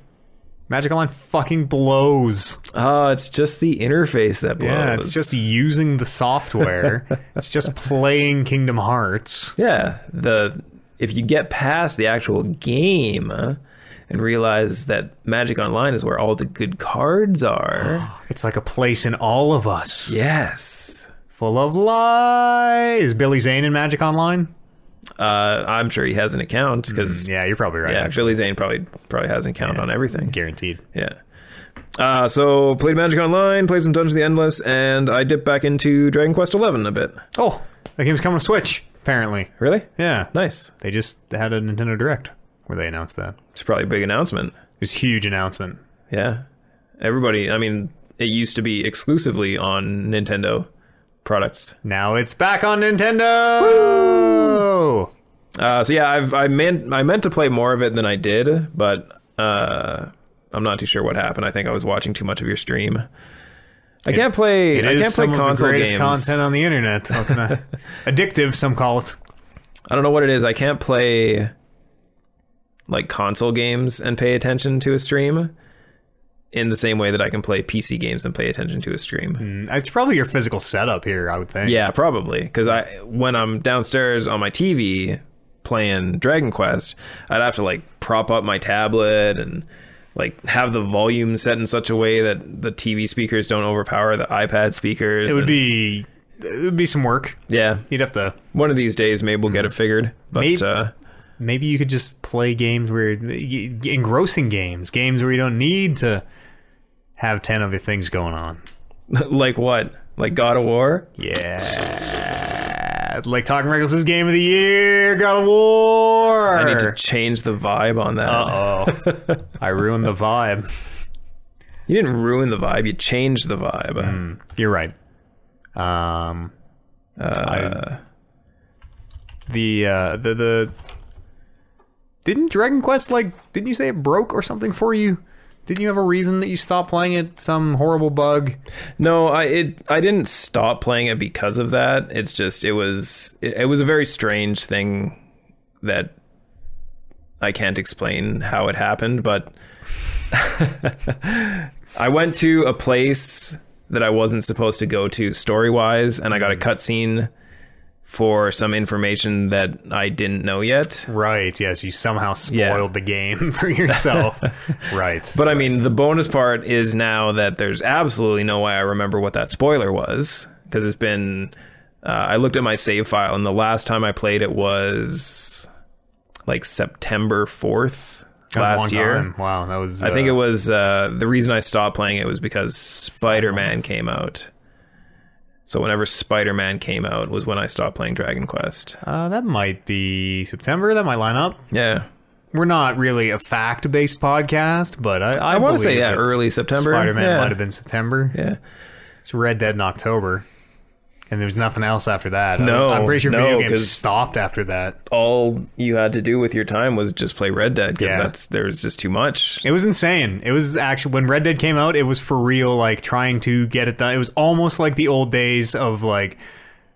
Magic online fucking blows. Oh, it's just the interface that blows. Yeah, it's just using the *laughs* software. it's just playing Kingdom Hearts. yeah. The if you get past the actual game uh, and realize that Magic Online is where all the good cards *gasps* are. It's like a place in all of us yes, full of lies. Is Billy Zane in Magic Online? uh, I'm sure he has an account because Mm, Yeah, you're probably right. yeah, actually. Billy Zane probably probably has an account on everything. guaranteed. Yeah. Uh, so played Magic Online, played some Dungeons of the Endless, and I dipped back into Dragon Quest XI a bit. Oh, that game's coming to Switch apparently. Really? Yeah, Nice. they just had a Nintendo Direct where they announced that. It It's probably a big announcement. was a huge announcement. Yeah. Everybody, I mean, it used to be exclusively on Nintendo products. Now it's back on Nintendo. Uh, so yeah, I've I meant I meant to play more of it than I did, but uh, I'm not too sure what happened. I think I was watching too much of your stream. I can't play. It I is can't play some of the console greatest games. content on the internet. How can I- *laughs* Addictive, some call it. I don't know what it is. I can't play like console games and pay attention to a stream in the same way that I can play PC games and pay attention to a Hmm. stream. Mm, It's probably your physical setup here, I would think. Yeah, probably because I when I'm downstairs on my TV playing Dragon Quest, I'd have to like prop up my tablet and like have the volume set in such a way that the TV speakers don't overpower the iPad speakers. It would and- be it would be some work. yeah. You'd have to One of these days, maybe we'll get it figured. But Maybe- uh, *laughs* maybe you could just play games where y- y- engrossing games, games where you don't need to have 10 other things going on. like what? Like God of War? Yeah. Like Talking Reckless's game of the year, God of War. Oh. I need to change the vibe on that. Uh-oh. *laughs* I ruined the vibe. You didn't ruin the vibe. You changed the vibe. Mm. You're right. Um, I- the uh, the the didn't Dragon Quest like didn't you say it broke or something for you? Didn't you have a reason that you stopped playing it? Some horrible bug. No, I it I didn't stop playing it because of that. It's just it was it, it was a very strange thing that I can't explain how it happened, but *laughs* I went to a place that I wasn't supposed to go to story wise, and I got a cutscene for some information that I didn't know yet. Right. Yes, you somehow spoiled Yeah. the game *laughs* for yourself. right. But I mean, the bonus part is now that there's absolutely no way I remember what that spoiler was because it's been. Uh, I looked at my save file, and the last time I played it was like September fourth That was a last long year. time. Wow, that was. I think it was uh, the reason I stopped playing it was because Spider Man came out. So whenever Spider Man came out was when I stopped playing Dragon Quest. Uh, that might be September. That might line up. Yeah, We're not really a fact-based podcast, but I I, I want to say believe yeah, that early September. Spider-Man yeah. might have been September. Yeah. It's Red Dead in October, and there was nothing else after that. No, I'm, I'm pretty sure no, video games 'cause- stopped after that. all you had to do with your time was just play Red Dead because Yeah. that's there was just too much. It was insane. It was actually when Red Dead came out, it was for real. Like trying to get it done. It was almost like the old days of like.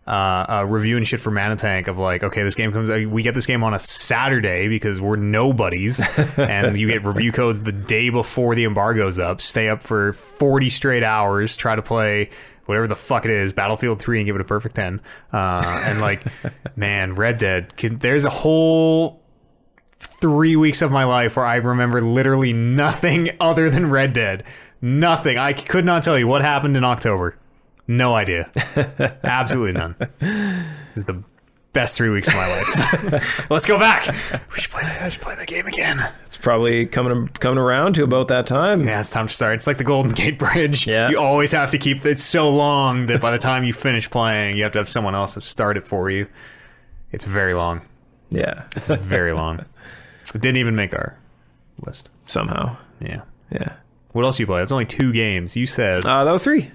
Uh, uh, reviewing shit for Manatank of like, okay, this game comes. We get this game on a Saturday because we're nobodies, and you get review codes the day before the embargo's up. Stay up for forty straight hours. Try to play whatever the fuck it is, Battlefield 3, and give it a perfect 10. Uh, and like, man, Red Dead, can, there's a whole three weeks of my life where I remember literally nothing *laughs* other than Red Dead. Nothing. I c- could not tell you what happened in October. No idea. Absolutely none. It was the *laughs* best three weeks of my life. Let's go back. We should play that, I should play that game again. It's probably coming coming around to about that time. Yeah, it's time to start. It's like the Golden Gate Bridge. Yeah. You always have to keep it's so long that by the time you finish playing, you have to have someone else start it for you. It's very long. Yeah, It's very long. It didn't even make our list. somehow. Yeah. Yeah, What else you play? That's only two games. You said uh, that was three.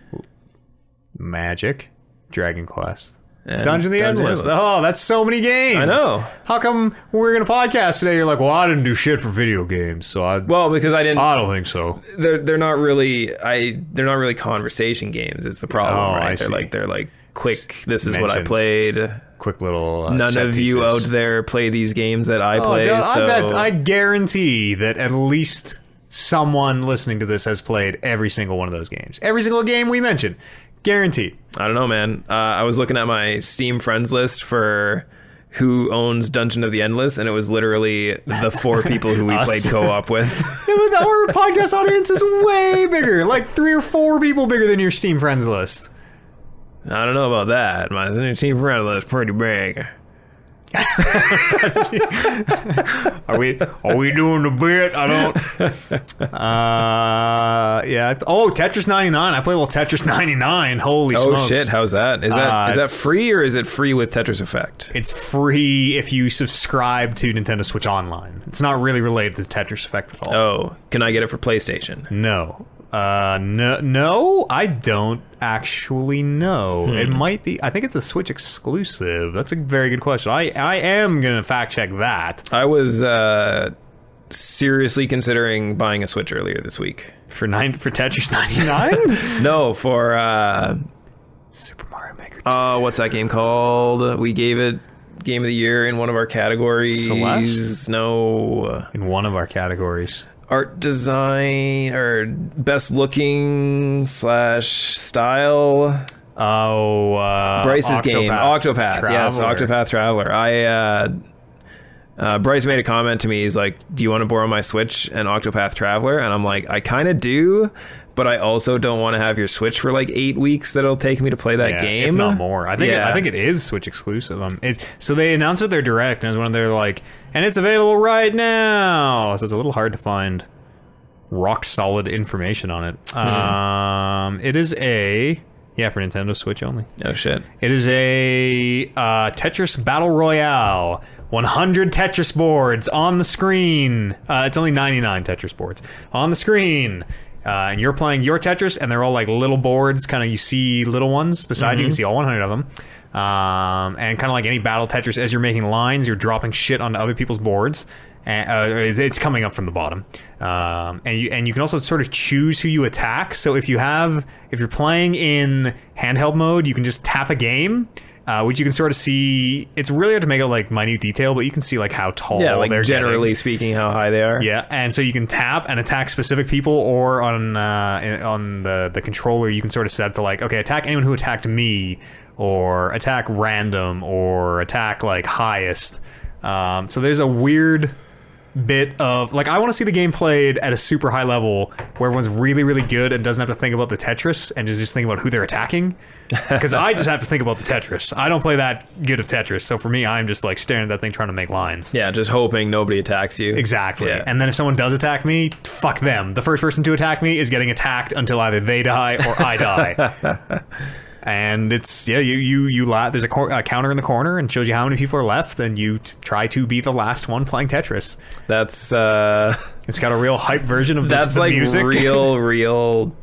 Magic, Dragon Quest, And Dungeon of the Endless. Oh, that's so many games. I know. How come we're in a podcast today? You're like, well, I didn't do shit for video games, so I. Well, because I didn't. I don't think so. they're they're not really I they're not really conversation games. Is the problem? Oh, right? I they're see. like they're like quick. This is what I mentions. played. Quick little. Uh, None set of you out pieces. there play these games that I play. Oh, dude, so I bet I guarantee that at least someone listening to this has played every single one of those games. Every single game we mentioned, guaranteed. I don't know, man. Uh, I was looking at my Steam friends list for who owns Dungeon of the Endless, and it was literally the four people *laughs* who we Us. played co-op with. Yeah, but Our *laughs* podcast audience is way bigger, like three or four people bigger than your Steam friends list. I don't know about that. My Steam friends list is pretty big. Are we? Are we doing the bit? I don't. Uh, yeah. Oh, Tetris 99. I play a little Tetris 99. Holy Oh smokes! shit! How's that? Is that Uh, is that it's- free or is it free with Tetris Effect? It's free if you subscribe to Nintendo Switch Online. It's not really related to the Tetris effect at all. Oh, can I get it for PlayStation? No. Uh, no, no, I don't actually know. Hmm. It might be. I think it's a Switch exclusive. That's a very good question. I, I am gonna fact check that I was uh, seriously considering buying a Switch earlier this *laughs* week. for nine for Tetris ninety *laughs* nine. No, for uh, Super Mario Maker. uh, what's that game called? We gave it game of the year in one of our categories. Celeste? No, uh, in one of our categories. art design or best looking slash style. Oh, uh, Bryce's game, Octopath. Octopath Yes, Traveler. Octopath Traveler. I uh, uh, Bryce made a comment to me. He's like, "Do you want to borrow my Switch and Octopath Traveler?" And I'm like, "I kind of do, but I also don't want to have your Switch for like eight weeks. That'll take me to play that Yeah, game, if not more. I think Yeah. I think it is Switch exclusive. Um, it, so they announced it their direct, and it's one of their like, and it's available right now. So it's a little hard to find rock solid information on it. Hmm. Um, it is a yeah for Nintendo Switch only. Oh shit! It is a uh, Tetris Battle Royale. 100 Tetris boards on the screen. Uh, it's only 99 Tetris boards on the screen. Uh, and you're playing your Tetris, and they're all like little boards. Kind of, you see little ones beside you. You can see all 100 of them. Um, and kind of like any battle Tetris, as you're making lines, you're dropping shit onto other people's boards. And, uh, it's- it's coming up from the bottom. Um, and you and you can also sort of choose who you attack. So if you have if you're playing in handheld mode, you can just tap a game. Uh, which you can sort of see. It's really hard to make out like minute detail, but you can see like how tall. Yeah, like they're generally getting. speaking, how high they are. Yeah, and so you can tap and attack specific people, or on uh, in- on the the controller, you can sort of set up to like, okay, attack anyone who attacked me, or attack random, or attack like highest. Um, so there's a weird bit of like I want to see the game played at a super high level where everyone's really really good and doesn't have to think about the Tetris and is just think about who they're attacking because I just have to think about the Tetris. I don't play that good of Tetris, so for me, I'm just like staring at that thing trying to make lines. yeah. Just hoping nobody attacks you. Exactly. Yeah. And then if someone does attack me, fuck them. The first person to attack me is getting attacked until either they die or I die. *laughs* and it's yeah, you you you la- there's a, cor- a counter in the corner and shows you how many people are left, and you t- try to be the last one playing Tetris. That's uh, *laughs* It's got a real hype version of the, that's the like music. real, real,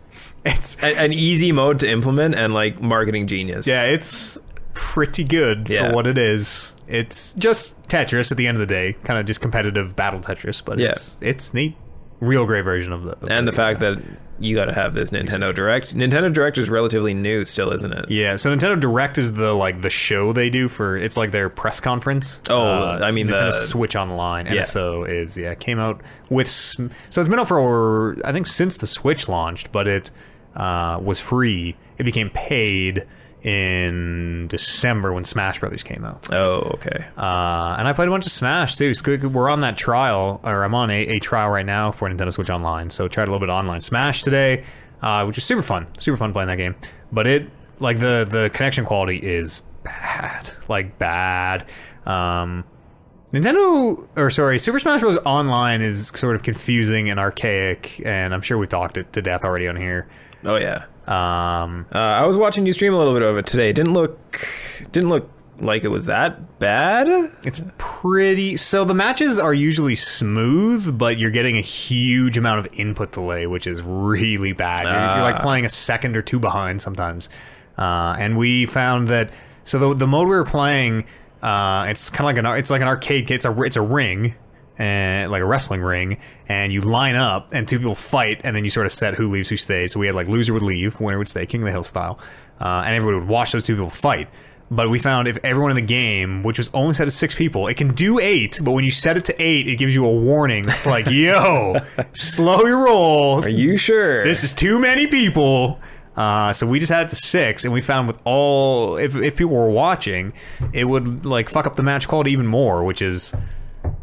*laughs* it's a- an easy mode to implement and like marketing genius. yeah, it's pretty good Yeah. for what it is. It's just Tetris at the end of the day, kind of just competitive battle Tetris, but Yeah. it's it's neat. Real great version of the of and the fact that you got to have this Nintendo Direct. Nintendo Direct is relatively new, still, isn't it? Yeah, so Nintendo Direct is the like the show they do for it's like their press conference. Uh, Oh, I mean, Nintendo the- Switch Online. Yeah. NSO is yeah came out with sm- so it's been out for I think since the Switch launched, but it uh, was free. It became paid in December when Smash Brothers came out. Oh, okay. Uh, and I played a bunch of Smash too. So we're on that trial, or I'm on a, a trial right now for Nintendo Switch Online. So tried a little bit of online Smash today, uh, which was super fun. Super fun playing that game. But it like the the connection quality is bad, like bad. Um, Nintendo, or sorry, Super Smash Bros. Online is sort of confusing and archaic, and I'm sure we talked it to death already on here. Oh yeah. Um, Uh, I was watching you stream a little bit of it today. Didn't look didn't look like it was that bad. it's pretty. So the matches are usually smooth, but you're getting a huge amount of input delay, which is really bad. You're, you're like playing a second or two behind sometimes. Uh, and we found that so the the mode we were playing, uh, it's kind of like an ar- it's like an arcade. It's a it's a ring. And like a wrestling ring, and you line up, and two people fight, and then you sort of set who leaves, who stays. So we had like loser would leave, winner would stay, King of the Hill style, uh, and everybody would watch those two people fight. But we found if everyone in the game, which was only set to six people, it can do eight, but when you set it to eight, it gives you a warning. It's like, *laughs* yo, slow your roll. Are you sure? Mm. This is too many people. Uh, so we just had it to six, and we found with all if if people were watching, it would like fuck up the match quality even more, which is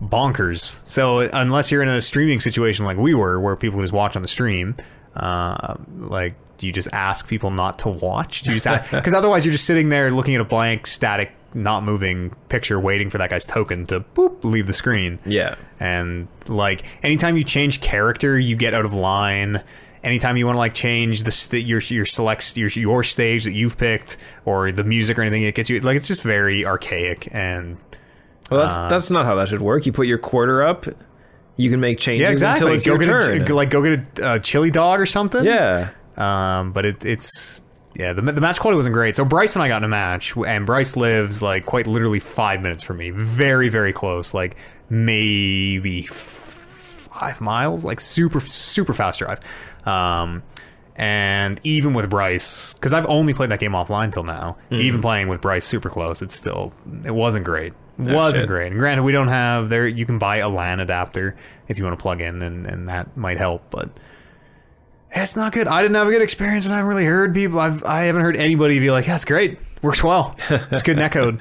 bonkers. So unless you're in a streaming situation like we were, where people just watch on the stream, uh, like do you just ask people not to watch? Do *laughs* you just because otherwise you're just sitting there looking at a blank, static, not moving picture, waiting for that guy's token to boop leave the screen yeah. and like anytime you change character you get out of line anytime you want to like change the st- your your select your your stage that you've picked or the music or anything it gets you like it's just very archaic and Well, that's Uh, that's not how that should work. You put your quarter up, you can make changes yeah exactly until it's go your get turn. A, like go get a uh, chili dog or something yeah. um but it, it's yeah the, the match quality wasn't great so Bryce and I got in a match and Bryce lives like quite literally five minutes from me very very close like maybe five miles, like super super fast drive. Um, and even with Bryce, because I've only played that game offline till now, even playing with Bryce super close, it's still it wasn't great. wasn't shit. great. And granted, we don't have there. You can buy a LAN adapter if you want to plug in, and and that might help, but. It's not good. I didn't have a good experience, and I haven't really heard people. I've I haven't heard anybody be like, "That's great, works well. It's good netcode."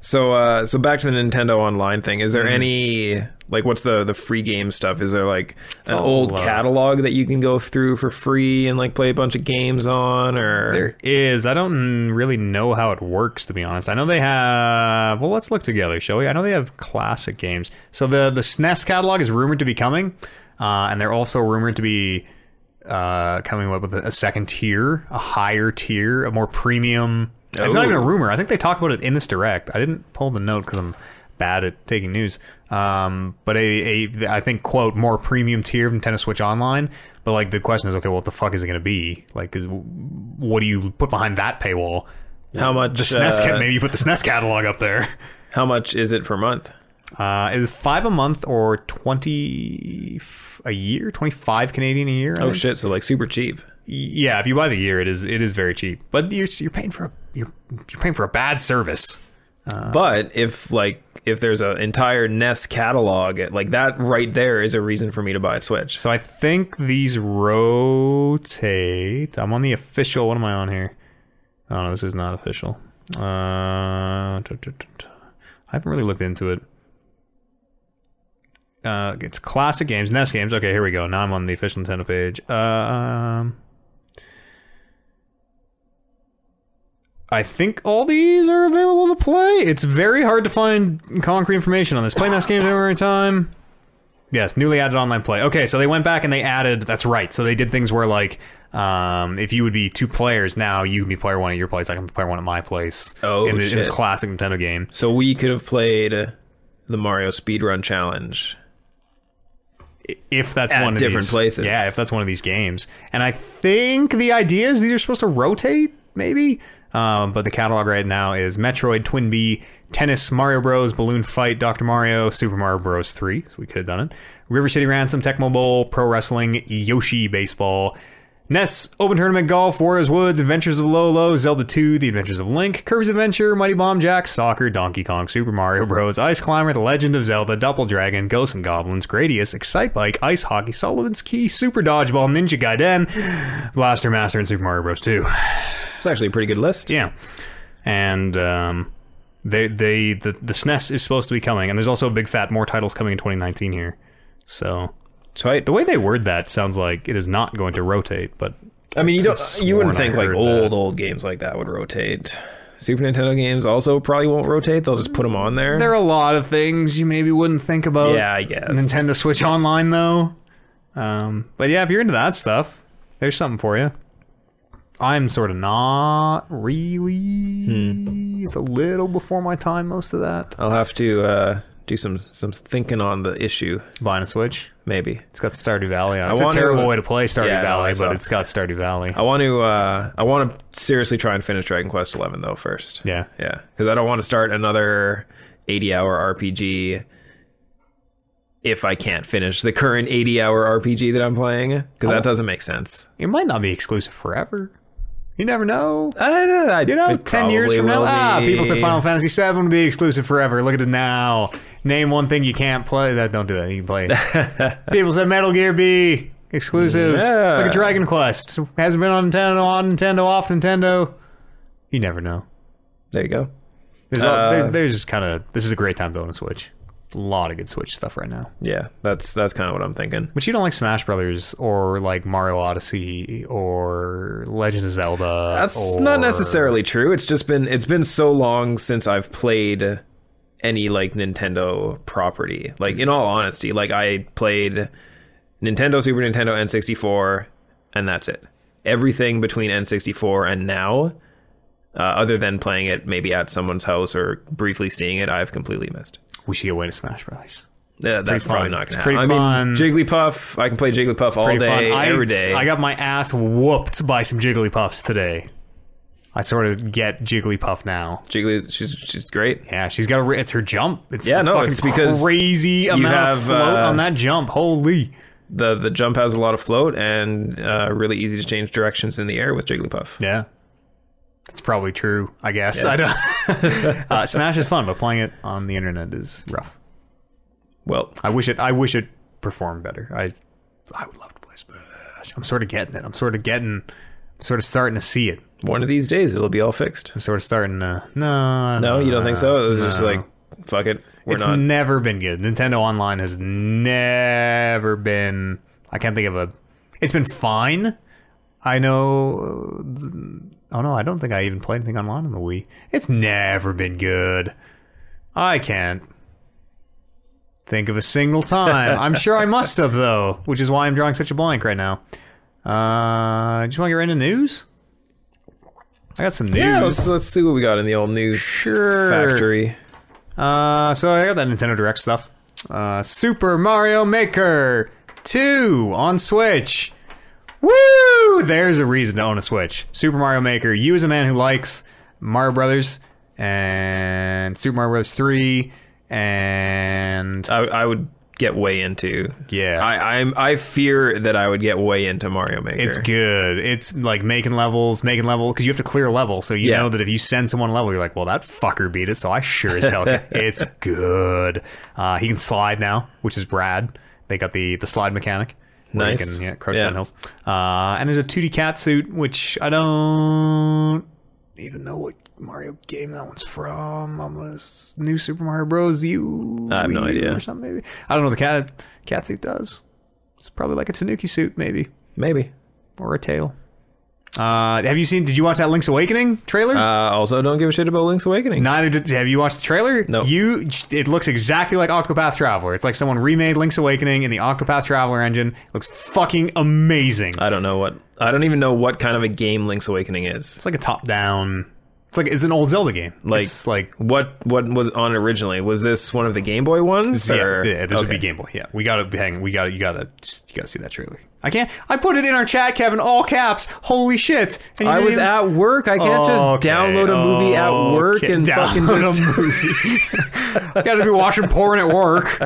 So uh so back to the Nintendo online thing. Is there Mm-hmm. any like what's the the free game stuff? Is there like an all uh, old low. catalog that you can go through for free and like play a bunch of games on or There *laughs* is. I don't really know how it works to be honest. I know they have. Well, let's look together, shall we? I know they have classic games. So the the SNES catalog is rumored to be coming, uh, and they're also rumored to be uh, coming up with a, a second tier, a higher tier, a more premium. It's not even a Oh. rumor. I think they talked about it in this direct. I didn't pull the note because I'm bad at taking news. Um, but a, a, I think quote more premium tier of Nintendo Switch Online. But like the question is, okay, well, what the fuck is it going to be? Like, is, what do you put behind that paywall? how much The SNES, uh, ca- maybe you put the SNES catalog up there. how much is it per month? Uh, it is five a month or twenty f- a year, twenty five Canadian a year. I Oh think. shit, so like super cheap. yeah, if you buy the year, it is it is very cheap. But you're you're paying for a you're you're paying for a bad service. Uh, but if like if there's an entire NES catalog, like that right there is a reason for me to buy a Switch. So I think these rotate. I'm on the official. What am I on here? Oh no, this is not official. Uh, tut, tut, tut, tut. I haven't really looked into it. Uh, it's classic games, NES games. Okay, here we go. Now I'm on the official Nintendo page. Um, I think all these are available to play. It's very hard to find concrete information on this. Play NES games every time. Yes, newly added online play. Okay, so they went back and they added. That's right. So they did things where like, um, if you would be two players now, you can be player one at your place. I can be player one at my place. Oh, in, this- in this shit. classic Nintendo game. So we could have played uh, the Mario speedrun challenge. if that's At one of different these, places. Yeah, if that's one of these games. And I think the idea is these are supposed to rotate, maybe. Um, but the catalog right now is Metroid, Twin B, Tennis, Mario Bros, Balloon Fight, Doctor Mario, Super Mario Bros. Three. So we could have done it. River City Ransom, Tecmo Bowl, Pro Wrestling, Yoshi Baseball. Ness, Open Tournament Golf, Warriors Woods, Adventures of Lolo, Zelda 2, The Adventures of Link, Kirby's Adventure, Mighty Bomb Jack, Soccer, Donkey Kong, Super Mario Bros, Ice Climber, The Legend of Zelda, Double Dragon, Ghosts and Goblins, Gradius, Excite Bike, Ice Hockey, Sullivan's Key, Super Dodgeball, Ninja Gaiden, Blaster Master, and Super Mario Bros 2. It's actually a pretty good list. Yeah, and um, they they the the SNES is supposed to be coming, and there's also a big fat more titles coming in 2019 here. So So I, the way they word that sounds like it is not going to rotate, but I mean, you could've don't, you wouldn't sworn I think like heard old old games like that would rotate. Super Nintendo games also probably won't rotate. They'll just put them on there. There are a lot of things you maybe wouldn't think about. yeah, I guess. Nintendo Switch Online though. Um, but yeah, if you're into that stuff, there's something for you. I'm sort of not really. It's a little before my time. Most of that I'll have to uh, do some some thinking on the issue, buying a Switch. maybe. It's got Stardew Valley on. it. It's a want to- terrible way to play Stardew Yeah, no, I Valley, but saw. it's got Stardew Valley. I want to uh, I want to seriously try and finish Dragon Quest Eleven though first. Yeah. yeah, because I don't want to start another eighty-hour RPG if I can't finish the current eighty-hour RPG that I'm playing because Oh. that doesn't make sense. It might not be exclusive forever. You never know. I, I, You know, ten years from now, ah, people said Final Fantasy VII would be exclusive forever. Look at it now. Name one thing you can't play. That don't do that. You can play. *laughs* it. people said Metal Gear B exclusives. Yeah. Look at Dragon Quest. Hasn't been on Nintendo, on Nintendo, off Nintendo. You never know. There you go. There's, all, Uh, there's, there's just kind of this is a great time to own a Switch. A lot of good Switch stuff right now. Yeah, that's that's kind of what I'm thinking. But you don't like Smash Brothers or like Mario Odyssey or Legend of Zelda. That's not or- necessarily true. It's just been it's been so long since I've played any like Nintendo property. Like in all honesty, like I played Nintendo, Super Nintendo, N64, and that's it. Everything between N64 and now, uh, other than playing it maybe at someone's house or briefly seeing it, I've completely missed. We should get away to Smash Brothers. Yeah, that's probably pretty fun. not It's going to pretty happen. I mean, fun. Jigglypuff, I can play Jigglypuff all pretty day, fun. every I, day. I got my ass whooped by some Jigglypuffs today. I sort of get Jigglypuff now. Jiggly, she's she's great. Yeah, she's got a. re- It's her jump. It's Yeah, the no, fucking it's because crazy amount of have, float uh, on that jump. Holy! the the jump has a lot of float and uh, really easy to change directions in the air with Jigglypuff. Yeah, that's probably true. I guess I don't. *laughs* uh, Smash is fun, but playing it on the internet is rough. Well, I wish it. I wish it performed better. I, I would love to play Smash. I'm sort of getting it. I'm sort of getting, sort of starting to see it. one of these days it'll be all fixed. I'm sort of starting to. No, No, you don't think so? It's just no. like fuck it, we're it's not. never been good. Nintendo Online has never been. I can't think of a. It's been fine. I know. Oh no, I don't think I even played anything online on the Wii. It's never been good. I can't think of a single *laughs* time. I'm sure I must have though, which is why I'm drawing such a blank right now. Uh, just want to get right into news. I got some news. yeah, let's, let's see what we got in the old news Sure. factory. Uh, so I got that Nintendo Direct stuff. Uh, Super Mario Maker 2 on Switch. Woo! There's a reason to own a Switch. Super Mario Maker. You as a man who likes Mario Brothers and Super Mario Brothers 3 and I, I would get way into. Yeah. I I'm I fear that I would get way into Mario Maker. It's good. It's like making levels, making level because you have to clear a level. So you Yeah. know that if you send someone a level, you're like, well, that fucker beat it. So I sure as *laughs* hell can. It's good. Uh, he can slide now, which is rad. They got the the slide mechanic. where you Nice. can, yeah, crouch Yeah. down hills. Uh, and there's a 2D cat suit, which I don't even know what Mario game that one's from. I'm gonna s- new Super Mario Bros. U. I have no Wii U idea. Or something maybe. I don't know what the cat cat suit does. It's probably like a Tanuki suit, maybe Maybe. or a tail. Uh, have you seen? Did you watch that Link's Awakening trailer? Uh, also, don't give a shit about Link's Awakening. Neither did. Have you watched the trailer? No. You. It looks exactly like Octopath Traveler. It's like someone remade Link's Awakening in the Octopath Traveler engine. It looks fucking amazing. I don't know what. I don't even know what kind of a game Link's Awakening is. It's like a top-down. It's like it's an old Zelda game. Like- it's like What what was on originally? Was this one of the Game Boy ones? yeah, or- yeah, this would be Okay. Game Boy. Yeah, we gotta be hanging. We gotta you gotta just, you gotta see that trailer. I can't. I put it in our chat, Kevin, all caps. Holy shit! And you I didn't was even- at work. I can't Okay, just download a movie at work okay, and fucking download just. a gotta be watching porn at work.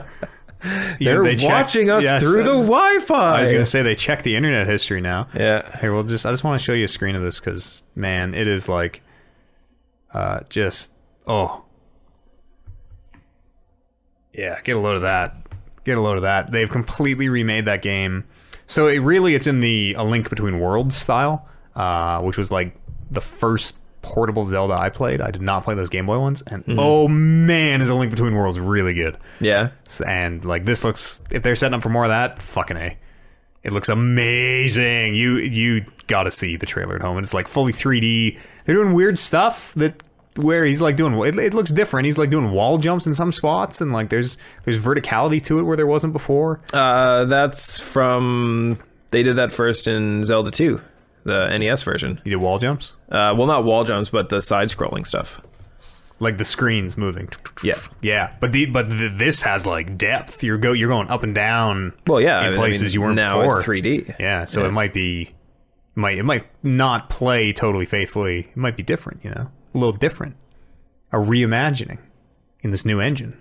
*laughs* They're They check- watching us Yes, through the Wi-Fi. I was gonna say they check the internet history now. yeah, Here, we'll just. I just want to show you a screen of this because man, it is like, uh, just oh, yeah. Get a load of that. Get a load of that. They've completely remade that game. So it really, it's in the a link between worlds style, uh, which was like the first portable Zelda I played. I did not play those Game Boy ones, and oh man, is a link between worlds really good. yeah. S- and like this looks if they're setting up for more of that fucking a it looks amazing you you gotta see the trailer at home and it's like fully 3d they're doing weird stuff that where he's like doing it, it looks different. He's like doing wall jumps in some spots, and like there's there's verticality to it where there wasn't before. Uh, that's from they did that first in Zelda 2, the NES version. You did wall jumps, Uh, well, not wall jumps, but the side-scrolling stuff. like the screens moving. Yeah. Yeah, but the but th this has like depth. You're go you're going up and down. Well, yeah, in I mean- I places mean, you weren't now before. it's 3D. Yeah, so it might be might it might not play totally faithfully. It might be different, you know, a little different, a reimagining in this new engine.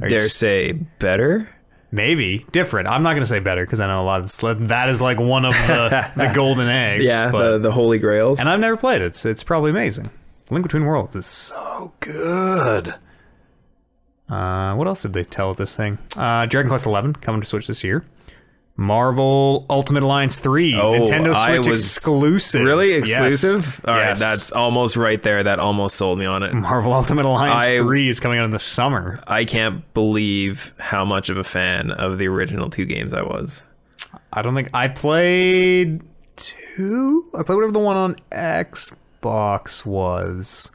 Or Dare just- say better. maybe different. I'm not going to say better because I know a lot of this, that is like one *laughs* of the, the golden eggs. Yeah, but, the, the holy grails. and I've never played it. So it's probably amazing. Link Between Worlds is so good. Uh, what else did they tell at this thing? Uh, Dragon Quest Eleven coming to Switch this year. Marvel Ultimate Alliance Three, Oh, Nintendo I Switch was- exclusive. really Yes. exclusive. All right, Yes. that's almost right there. That almost sold me on it. Marvel Ultimate Alliance I- Three is coming out in the summer. I can't believe how much of a fan of the original two games I was. I don't think I played two. I played whatever the one on Xbox was.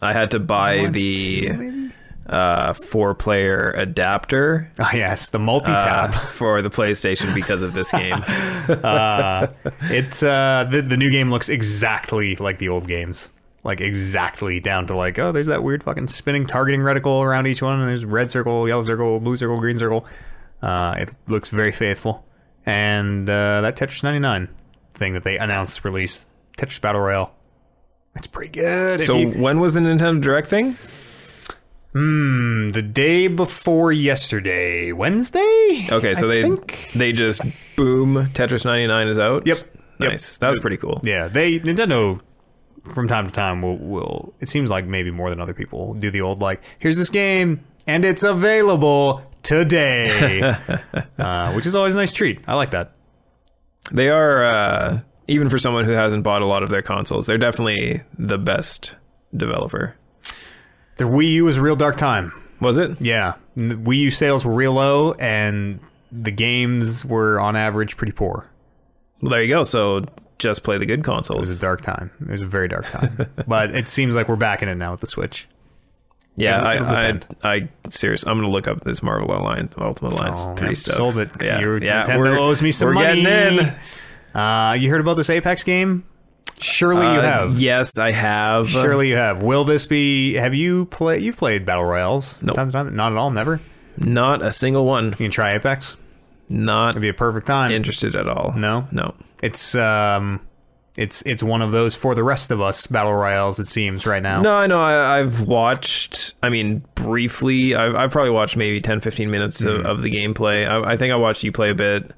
I had to buy Once, the two, maybe? uh, four-player adapter Oh yes, the multi uh, tap. *laughs* for the PlayStation because of this game. *laughs* It's uh the, the new game looks exactly like the old games. Like exactly down to like, oh, there's that weird fucking spinning targeting reticle around each one and there's red circle, yellow circle, blue circle, green circle. Uh it looks very faithful. And uh that Tetris 99 thing that they announced released Tetris Battle Royale. It's pretty good. If so you- when was the Nintendo Direct thing? Hmm, the day before yesterday, Wednesday. Okay, so I they think? they just boom Tetris 99 is out. Yep. Yep. Nice. That was pretty cool. Yeah, they Nintendo from time to time will will it seems like maybe more than other people will do the old like here's this game and it's available today, uh, which is always a nice treat. I like that. They are uh, even for someone who hasn't bought a lot of their consoles, they're definitely the best developer. The Wii U was a real dark time. Was it? Yeah, the Wii U sales were real low and the games were on average pretty poor. Well, there you go. So just play the good It was consoles. a dark time. It was a very dark time. but it seems like we're back in it now with the Switch. Yeah, it'll- it'll I, I, depend. I, serious. I'm gonna look up this Marvel Alliance, Ultimate Alliance Oh, three man, stuff. Sold it. Yeah, Your yeah. Nintendo we're, owes me some we're money. Getting in. Uh, you heard about this Apex game? Surely you Uh, have. Yes, I have. Surely you have. Will this be? Have you play? You've played battle royales? from Nope. Time to time? Not at all. Never. Not a single one. You can try Apex. Not It'd be a perfect time. interested at all. No? no. It's um, it's it's one of those for the rest of us battle royales. It seems right now. No, I know. I, I've watched, I mean, briefly, I've, I've probably watched maybe 10, 15 minutes Hmm. of, of the gameplay. I, I think I watched you play a bit.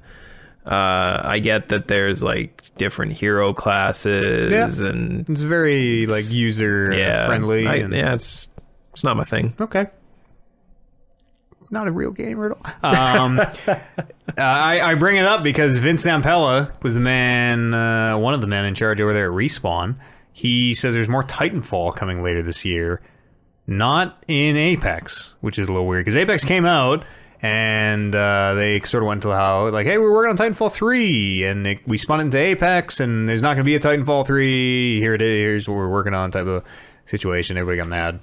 Uh, I get that there's like different hero classes Yeah. and It's very like user yeah, friendly. I- and, yeah, it's it's not my thing. Okay. It's not a real gamer at all. *laughs* Um, uh, I, I bring it up because Vince Zampella was the man, uh, one of the men in charge over there at Respawn. He says there's more Titanfall coming later this year, not in Apex, which is a little weird because Apex came out and uh, they sort of went to how like, hey, we're working on Titanfall three, and it, we spun it into Apex, and there's not going to be a Titanfall three. Here it is. Here's what we're working on. Type of situation. Everybody got mad.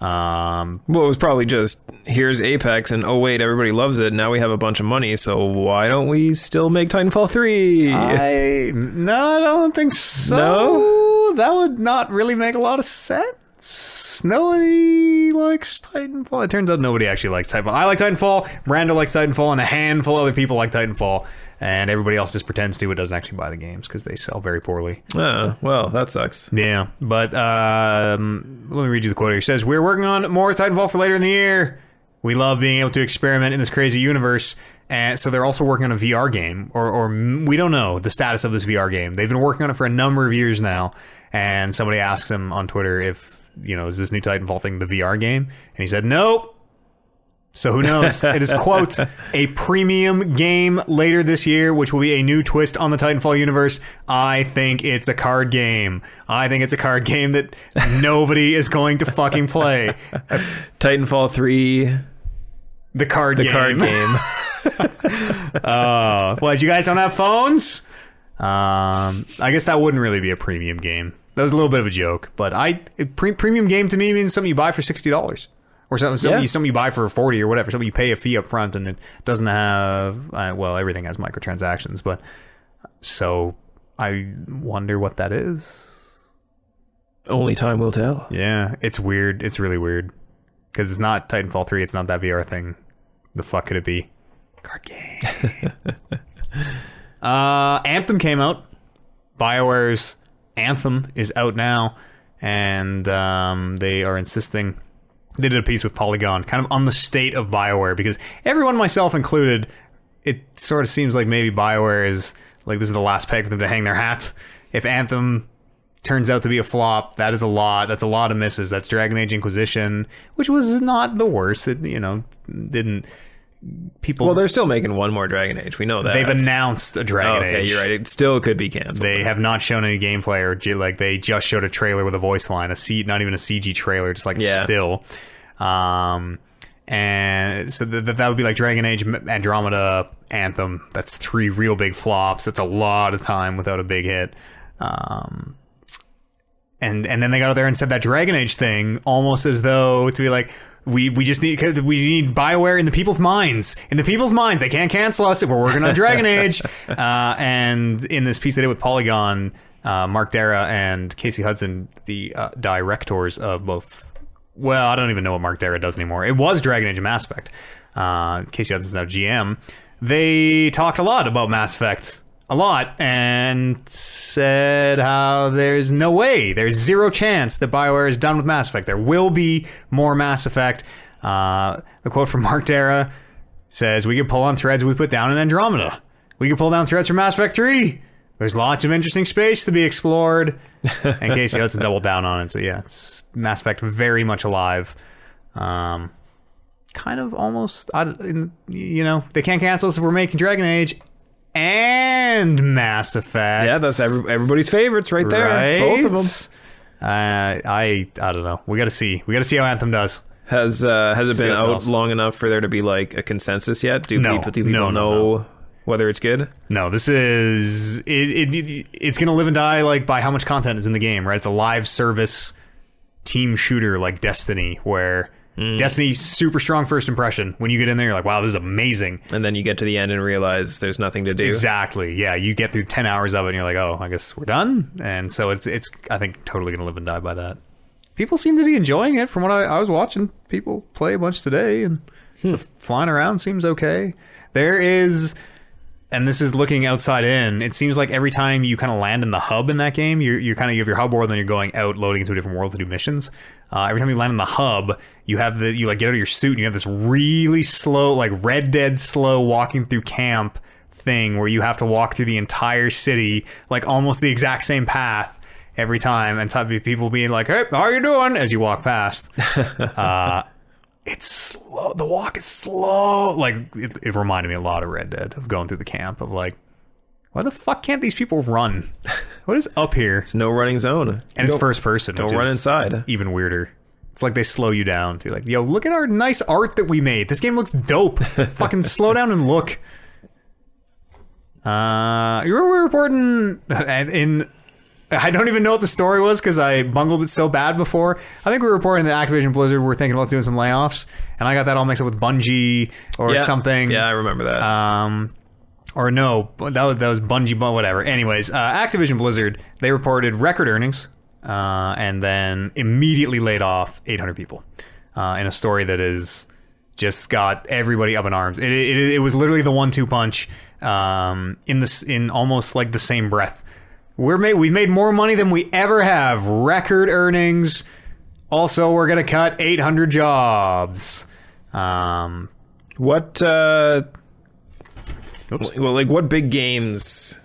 Um, Well, it was probably just here's Apex, and oh wait, everybody loves it. Now we have a bunch of money, so why don't we still make Titanfall three? I no, I don't think so. No? that would not really make a lot of sense. Nobody likes Titanfall. It turns out nobody actually likes Titanfall. I like Titanfall. Brando likes Titanfall, and a handful of other people like Titanfall, and everybody else just pretends to, but doesn't actually buy the games because they sell very poorly. oh, well, that sucks. Yeah, but um, let me read you the quote here. It says, We're working on more Titanfall for later in the year. We love being able to experiment in this crazy universe. And so they're also working on a VR game, or, or m- we don't know the status of this VR game. They've been working on it for a number of years now. And somebody asked him on Twitter if, you know, is this new Titanfall thing the VR game? And he said, Nope. So who knows? it is, quote, a premium game later this year, which will be a new twist on the Titanfall universe. I think it's a card game. I think it's a card game that nobody is going to fucking play. Titanfall three, The card the game. card *laughs* game. Uh, what, you guys don't have phones? Um, I guess that wouldn't really be a premium game. That was a little bit of a joke, but I pre- premium game to me means something you buy for sixty dollars, or something something, Yeah. you, something you buy for forty or whatever. Something you pay a fee up front and it doesn't have uh, well, everything has microtransactions, but so I wonder what that is. Only time will tell. Yeah, it's weird. It's really weird because it's not Titanfall three. It's not that VR thing. The fuck could it be? Card game. uh, Anthem came out. BioWare's Anthem is out now, and um, they are insisting. They did a piece with Polygon, kind of on the state of BioWare, because everyone, myself included, it sort of seems like maybe BioWare is like this is the last peg for them to hang their hat. If Anthem turns out to be a flop, that is a lot. That's a lot of misses. That's Dragon Age Inquisition, which was not the worst. It you know didn't people. Well, they're still making one more Dragon Age. We know that. They've announced a Oh, Dragon Age. okay, you're right. It still could be canceled. They have not shown any gameplay or j- like they just showed a trailer with a voice line, a C, not even a CG trailer, just like Yeah. still. Um, and so th- th- that would be like Dragon Age, M- Andromeda, Anthem. That's three real big flops. That's a lot of time without a big hit. Um, and and then they got out there and said that Dragon Age thing almost as though to be like. We, we just need 'cause we need Bioware in the people's minds. In the people's minds, they can't cancel us if we're working on Dragon Age. Uh, and in this piece they did with Polygon, uh, Mark Dara and Casey Hudson, the uh, directors of both. Well, I don't even know what Mark Dara does anymore. It was Dragon Age and Mass Effect. Uh, Casey Hudson's now GM. They talked a lot about Mass Effect a lot and said how there's no way, there's zero chance that BioWare is done with Mass Effect. There will be more Mass Effect. Uh, the quote from Mark Dara says, We could pull on threads we put down in Andromeda. We could pull down threads from Mass Effect 3. There's lots of interesting space to be *laughs* explored. And Casey Hudson doubled down on it. So, yeah, it's Mass Effect very much alive. Um, kind of almost, I, in- you know, they can't cancel us if we're making Dragon Age and Mass Effect. yeah, that's every, everybody's favorites right there. right. Both of them. Uh, I I don't know. We got to see. We got to see how Anthem does. Has uh, has it See, been that's out awesome. long enough for there to be like a consensus yet? Do No. people do No, people no, know whether it's good? No, this is it, it, it- It's gonna live and die like by how much content is in the game, right? It's a live service team shooter like Destiny, where Destiny super strong first impression. When you get in there, you're like, wow, this is amazing. And then you get to the end and realize there's nothing to do. Exactly. Yeah, you get through ten hours of it, and you're like, oh, I guess we're done. And so it's it's I think totally gonna live and die by that. People seem to be enjoying it. From what I, I was watching, people play a bunch today, and the flying around seems okay. There is, and this is looking outside in. It seems like every time you kind of land in the hub in that game, you're, you're kind of you have your hub world, and then you're going out loading into a different world to do missions. Uh, every time you land in the hub, you have the you like get out of your suit, and you have this really slow, like Red Dead slow walking through camp thing where you have to walk through the entire city, like almost the exact same path every time, and type of people being like, "Hey, how are you doing?" as you walk past. uh, it's slow. The walk is slow. Like it, it reminded me a lot of Red Dead of going through the camp of like, why the fuck can't these people run? What is up here? It's no running zone. And it's first person. Don't which run is inside. Even weirder. It's like they slow you down. They're like, yo, look at our nice art that we made. This game *laughs* looks dope. Fucking slow down and look. Uh, you remember we were reporting uh, and in. I don't even know what the story was because I bungled it so bad before. I think we were reporting that Activision Blizzard were thinking about doing some layoffs, and I got that all mixed up with Bungie or Yeah. something Yeah, I remember that. um, or no, but that was, that was Bungie, but whatever. Anyways, uh, Activision Blizzard they reported record earnings, uh, and then immediately laid off 800 people uh, in a story that is just got everybody up in arms. It, it, it was literally the one-two punch um, in this in almost like the same breath. We're made we've made more money than we ever have. Record earnings. Also, we're gonna cut 800 jobs. Um, what uh Oops. well like what big games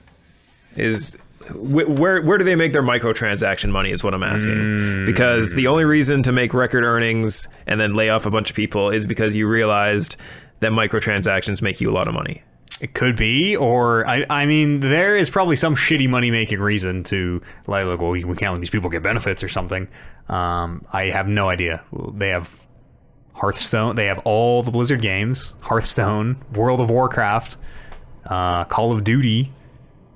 is wh- where where do they make their microtransaction money is what I'm asking Mm. because the only reason to make record earnings and then lay off a bunch of people is because you realized that microtransactions make you a lot of money. It could be, or I, I mean, there is probably some shitty money making reason to like, look, well, we can't let these people get benefits or something. Um, I have no idea. They have Hearthstone. They have all the Blizzard games: Hearthstone, World of Warcraft, uh, Call of Duty,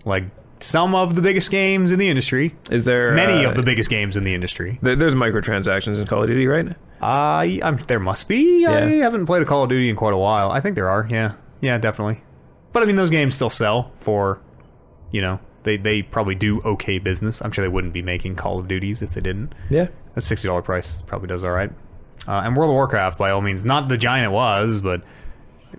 like some of the biggest games in the industry. Is there Many uh, of the biggest games in the industry. there- there's microtransactions in Call of Duty, right? I I'm, there must be. I Yeah. haven't played a Call of Duty in quite a while. I think there are. Yeah, yeah, definitely. But I mean, those games still sell for, you know, they they probably do okay business. I'm sure they wouldn't be making Call of Duties if they didn't. Yeah. That sixty dollar price probably does all right. Uh, and World of Warcraft, by all means, not the giant it was, but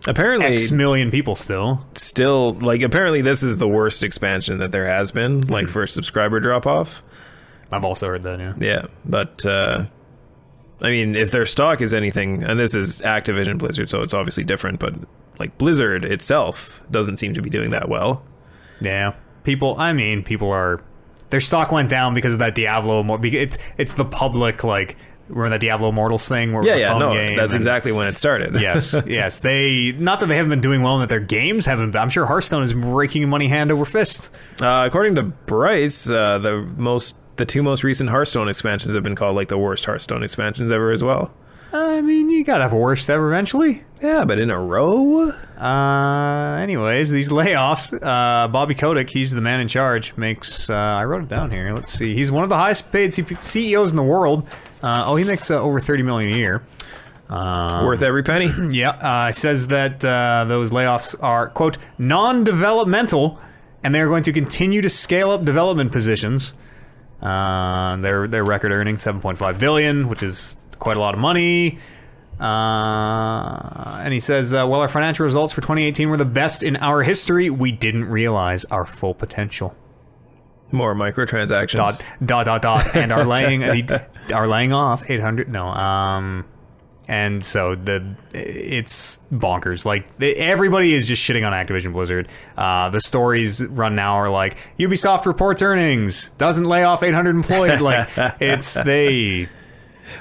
Apparently, X million people still. still like apparently this is the worst expansion that there has been, like for subscriber drop off. I've also heard that. Yeah. Yeah, but uh, I mean, if their stock is anything, and this is Activision Blizzard, so it's obviously different, but like Blizzard itself doesn't seem to be doing that well. Yeah. People, I mean, people are their stock went down because of that Diablo Immortal. It's it's the public like remember that Diablo Immortals thing where it was Yeah, a yeah, phone no, game that's and- exactly when it started. *laughs* yes, yes. They not that they haven't been doing well, and that their games haven't. been. I'm sure Hearthstone is raking money hand over fist. uh, according to Bryce, uh, the most the two most recent Hearthstone expansions have been called like the worst Hearthstone expansions ever as well. I mean, you gotta have a worse ever eventually. Yeah, but in a row. Uh, anyways, these layoffs. Uh, Bobby Kotick, he's the man in charge. Makes uh, I wrote it down here. Let's see. He's one of the highest paid CP- CEOs E in the world. Uh, oh, he makes uh, over thirty million a year. Uh, Worth every penny. *clears throat* *clears throat* Yeah, uh, it says that uh, those layoffs are quote non-developmental, and they are going to continue to scale up development positions. Uh, their their record earning 7.5 billion, which is quite a lot of money. Uh, and he says, uh, "Well, our financial results for 2018 were the best in our history. We didn't realize our full potential." More microtransactions. Dot dot dot dot, and are laying are laying off 800. No, um, and so the it's bonkers. Like the, everybody is just shitting on Activision Blizzard. Uh, the stories run now are like Ubisoft reports earnings doesn't lay off 800 employees. Like it's they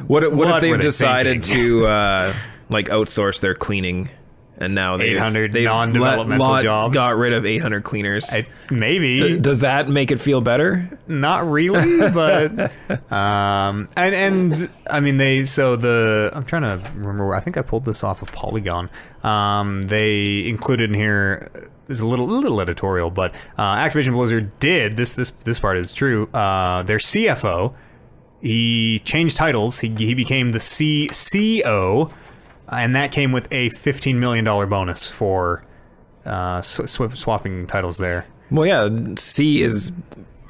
What, if- what, What if were they've they decided to uh, like outsource their cleaning, and now they've, 800 they've non-developmental let- lot- jobs? got rid of 800 cleaners? it, maybe Uh, Does that make it feel better? not really, but um, and and I mean they so the I'm trying to remember. where- I think I pulled this off of Polygon. Um, they included in here is a little little editorial, but uh, Activision Blizzard did this this this part is true. Uh, their CFO he changed titles. He he became the CCO, and that came with a 15 million dollar bonus for uh, sw- sw- swapping titles there. Well, yeah, C is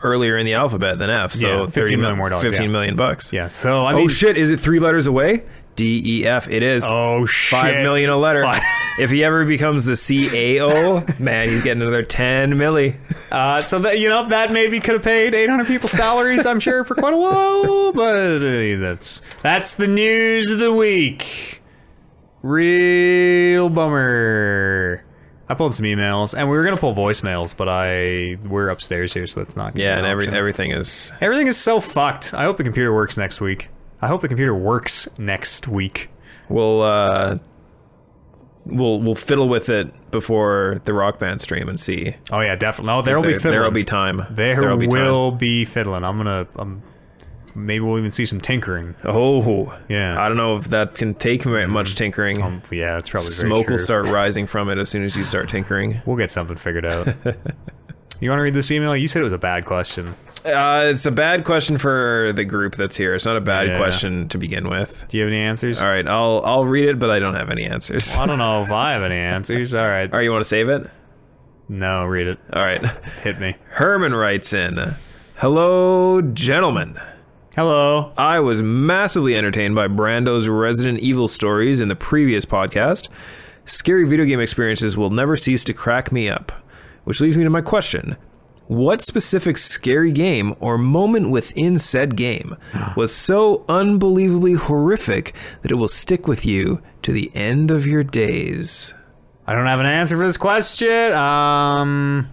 earlier in the alphabet than F, so Yeah, 30 15 million mil- more dollars, 15 yeah. million bucks. Yeah, so I Oh mean, shit! Is it three letters away? D E F. It is. Oh shit! Five million a letter. Fi- If he ever becomes the CAO, man, he's getting another ten milli. *laughs* Uh, so that you know that maybe could have paid 800 people salaries, I'm sure, for quite a while. But uh, that's that's the news of the week. Real bummer. I pulled some emails, and we were gonna pull voicemails, but I we're upstairs here, so that's not. Gonna Yeah, be and an every, option. everything is everything is so fucked. I hope the computer works next week. I hope the computer works next week. we'll uh we'll we'll fiddle with it before the rock band stream and see Oh yeah, definitely. Oh, there'll be there, will fiddling. be time There There'll be will be fiddling. I'm gonna. Um, maybe we'll even see some tinkering. time. oh Yeah. i don't know if that can take mu- much tinkering Um, yeah, that's probably very smoke true. will start rising from it as soon as you start tinkering We'll get something *laughs* figured out. you want to read this email? You said it was a bad question. uh it's a bad question for the group that's here it's not a bad Yeah. question to begin with Do you have any answers? all right i'll i'll read it but i don't have any answers I don't know if I have any answers. All right. all right you want to save it No, read it. all right Hit me. *laughs* herman writes in hello gentlemen Hello. I was massively entertained by Brando's Resident Evil stories in the previous podcast. Scary video game experiences will never cease to crack me up, which leads me to my question. What specific scary game or moment within said game was so unbelievably horrific that it will stick with you to the end of your days? I don't have an answer for this question. Um,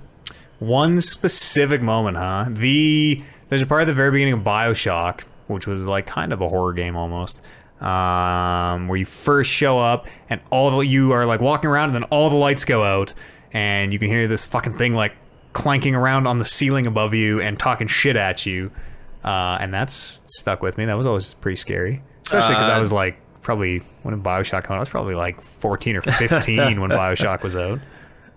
one specific moment, huh? The there's a part at the very beginning of Bioshock, which was like kind of a horror game almost, um, where you first show up and all the, you are like walking around, and then all the lights go out, and you can hear this fucking thing like clanking around on the ceiling above you and talking shit at you, uh, and that's stuck with me. That was always pretty scary, especially because I Uh, was like. Probably when did Bioshock come out, I was probably like 14 or 15 when Bioshock was out.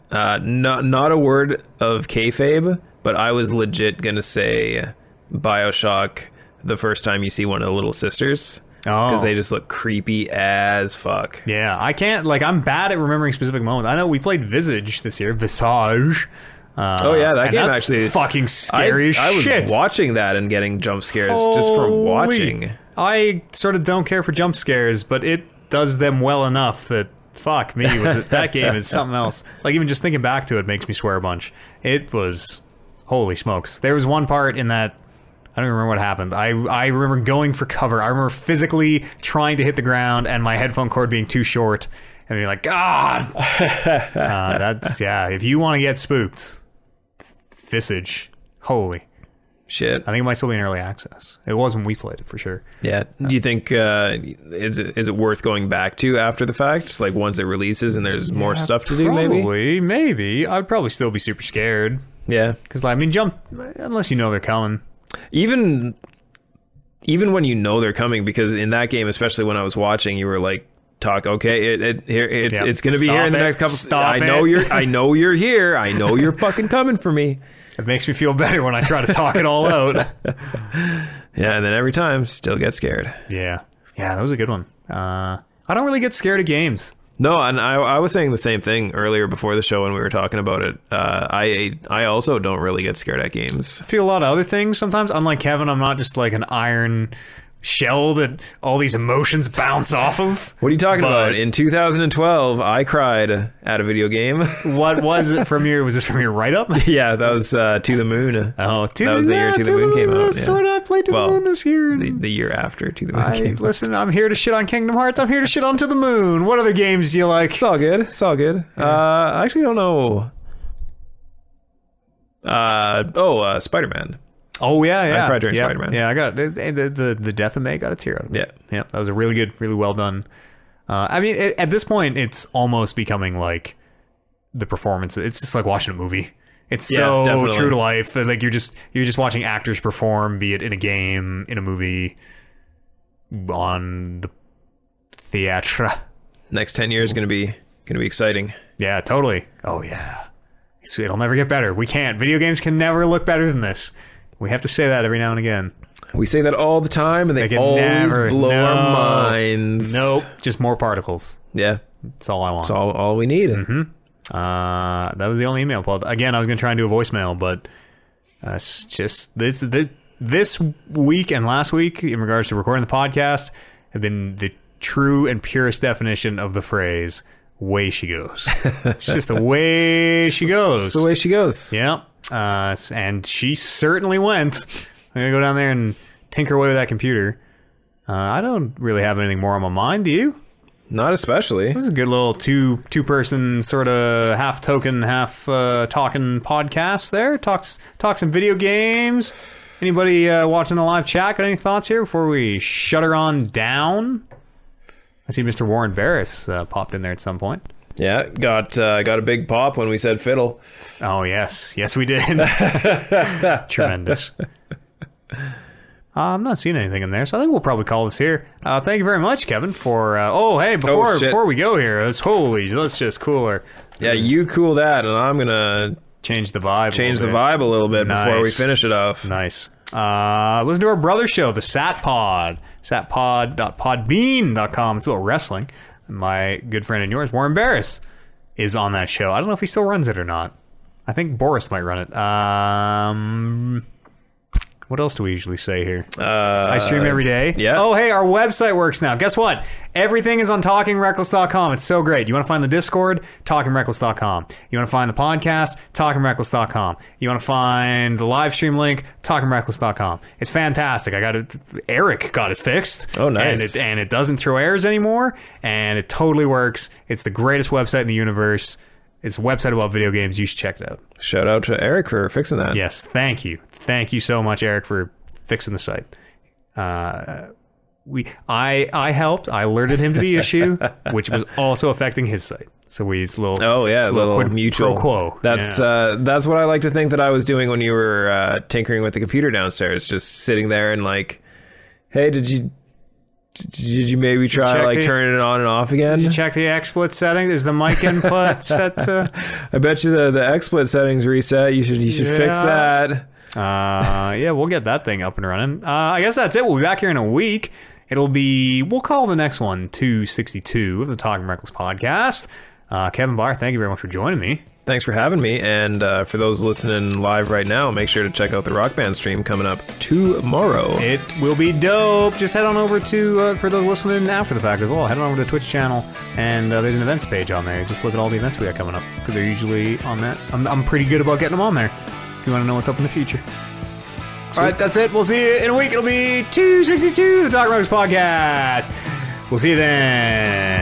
Uh, not, not a word of kayfabe, but I was legit gonna say Bioshock the first time you see one of the little sisters Oh, because they just look creepy as fuck. yeah. I can't like I'm bad at remembering specific moments. I know we played Visage this year. Visage. Uh, Oh, yeah, that and game that's actually- fucking scary as I, I was shit. watching that and getting jump scares just from Holy. watching. I sort of don't care for jump scares, but it does them well enough that fuck me, was *laughs* it, that game is something else. Like even just thinking back to it makes me swear a bunch. It was holy smokes. There was one part in that I don't even remember what happened. I I remember going for cover. I remember physically trying to hit the ground and my headphone cord being too short and being like, *laughs* God. uh, that's yeah. If you want to get spooked, Visage. Holy. Shit. I think it might still be in early access. It was when we played it for sure. Yeah. Do you think uh, is it, is it worth going back to after the fact? Like once it releases and there's more stuff to do, maybe. Probably, maybe. I'd probably still be super scared Yeah. because, I mean, jump unless you know they're coming. Even even when you know they're coming, because in that game, especially when I was watching, you were like, "Talk, okay, it, it here, it's Yep. it's gonna be Stop here in the it. next couple. Stop I know it." you're, I know you're here. *laughs* I know you're fucking coming for me." It makes me feel *laughs* better when I try to talk *laughs* it all out. Yeah, and then every time, still get scared. Yeah, yeah, that was a good one. Uh, I don't really get scared of games. No, and I, I was saying the same thing earlier before the show when we were talking about it. Uh, I I also don't really get scared at games. I feel a lot of other things sometimes. Unlike Kevin, I'm not just like an iron shell that all these emotions bounce off of. What are you talking But- about? In 2012, I cried at a video game. *laughs* *laughs* What was it from your? Was this from your write up? yeah, that was uh, To the *laughs* Moon. Oh, to That was the year To the Moon came out, yeah. Sort of. I played to Well, the moon this year. The, and- the year after To the Moon *laughs* I, came. listen, I'm here to shit on Kingdom Hearts. I'm here to shit on To the Moon. What other games do you like? It's all good. It's all good. Uh, I actually don't know. Uh, oh, uh, Spider Man. Oh yeah, yeah. cried during Yep. Spider-Man. Yeah, I got the the, the the Death of May got a tear out of it. Yeah. yeah. That was a really good, really well done. Uh, I mean, it, at this point, it's almost becoming like the performance. It's just like watching a movie. It's Yeah, so definitely. true to life. that, Like you're just you're just watching actors perform, be it in a game, in a movie, on the theatre. Next 10 years going to be going to be exciting. Yeah, totally. Oh yeah. It's- it'll never get better. We can't. Video games can never look better than this. We have to say that every now and again. We say that all the time, and they, can always never- blow no. our minds. Nope. Just more particles. Yeah, That's all I want. it's all all we need. Mm-hmm. Uh, that was the only email. Paul. Again, I was going to try and do a voicemail, but uh, it's just this, this this week and last week in regards to recording the podcast have been the true and purest definition of the phrase "way *laughs* she goes." it's just the way she goes. It's the way she goes. Yep. Uh, and she certainly went. I'm gonna go down there and tinker away with that computer. Uh, I don't really have anything more on my mind. Do you? Not especially. This is a good little two two person sort of half token, half uh, talking podcast. There talks talk some video games. Anybody uh, watching the live chat got any thoughts here before we shut her on down? I see Mr. Warren Barris uh, popped in there at some point. Yeah, got uh, got a big pop when we said fiddle. Oh yes, yes *laughs* we did. Tremendous. Uh, I'm not seeing anything in there, so I think we'll probably call this here. Uh, thank you very much, Kevin, for. Uh, oh hey, before shit. before we go here, let's holy, let's just cooler Yeah, Mm-hmm. you cool that, and I'm gonna change the vibe. a change the little bit. vibe a little bit before we Nice. finish it off. Nice. Uh, listen to our brother show, the Sat Pod, satpod.podbean.com. It's about wrestling. My good friend and yours, Warren Barris, is on that show. I don't know if he still runs it or not. I think Boris might run it. Um, what else do we usually say here? Uh, I stream every day. yeah. Oh, hey, our website works now. Guess what? Everything is on talkingreckless.com. It's so great. You want to find the Discord? Talkingreckless.com. You want to find the podcast? Talkingreckless.com. You want to find the live stream link? Talkingreckless.com. It's fantastic. I got it. Eric got it fixed. Oh, nice. And it, and it doesn't throw errors anymore. And it totally works. It's the greatest website in the universe. It's a website about video games. You should check it out. Shout out to Eric for fixing that. Yes, thank you, thank you so much, Eric, for fixing the site. Uh, we, I, I helped. I alerted him to the issue, which was also affecting his site. So we it's a little. Oh yeah, a little, quid mutual pro quo. That's Yeah. uh, that's what I like to think that I was doing when you were uh, tinkering with the computer downstairs, just sitting there and like, hey, did you Did you maybe try Check like the- turning it on and off again? Check the XSplit setting. Is the mic input set to? I bet you the the XSplit settings reset. You should you should fix Yeah. that. Uh, yeah, we'll get that thing up and running. Uh, I guess that's it. We'll be back here in a week. It'll be, we'll call the next one 262 of the Talking Reckless podcast. Uh, Kevin Barr, thank you very much for joining me. Thanks for having me. And uh, for those listening live right now, make sure to check out the Rock Band stream coming up tomorrow. It will be dope. Just head on over to, uh, for those listening after the fact as well, head on over to the Twitch channel and uh, there's an events page on there. Just look at all the events we got coming up because they're usually on that. I'm, I'm pretty good about getting them on there if you want to know what's up in the future. All right, that's it. We'll see you in a week. It'll be 262, the Talk Rocks podcast. We'll see you then.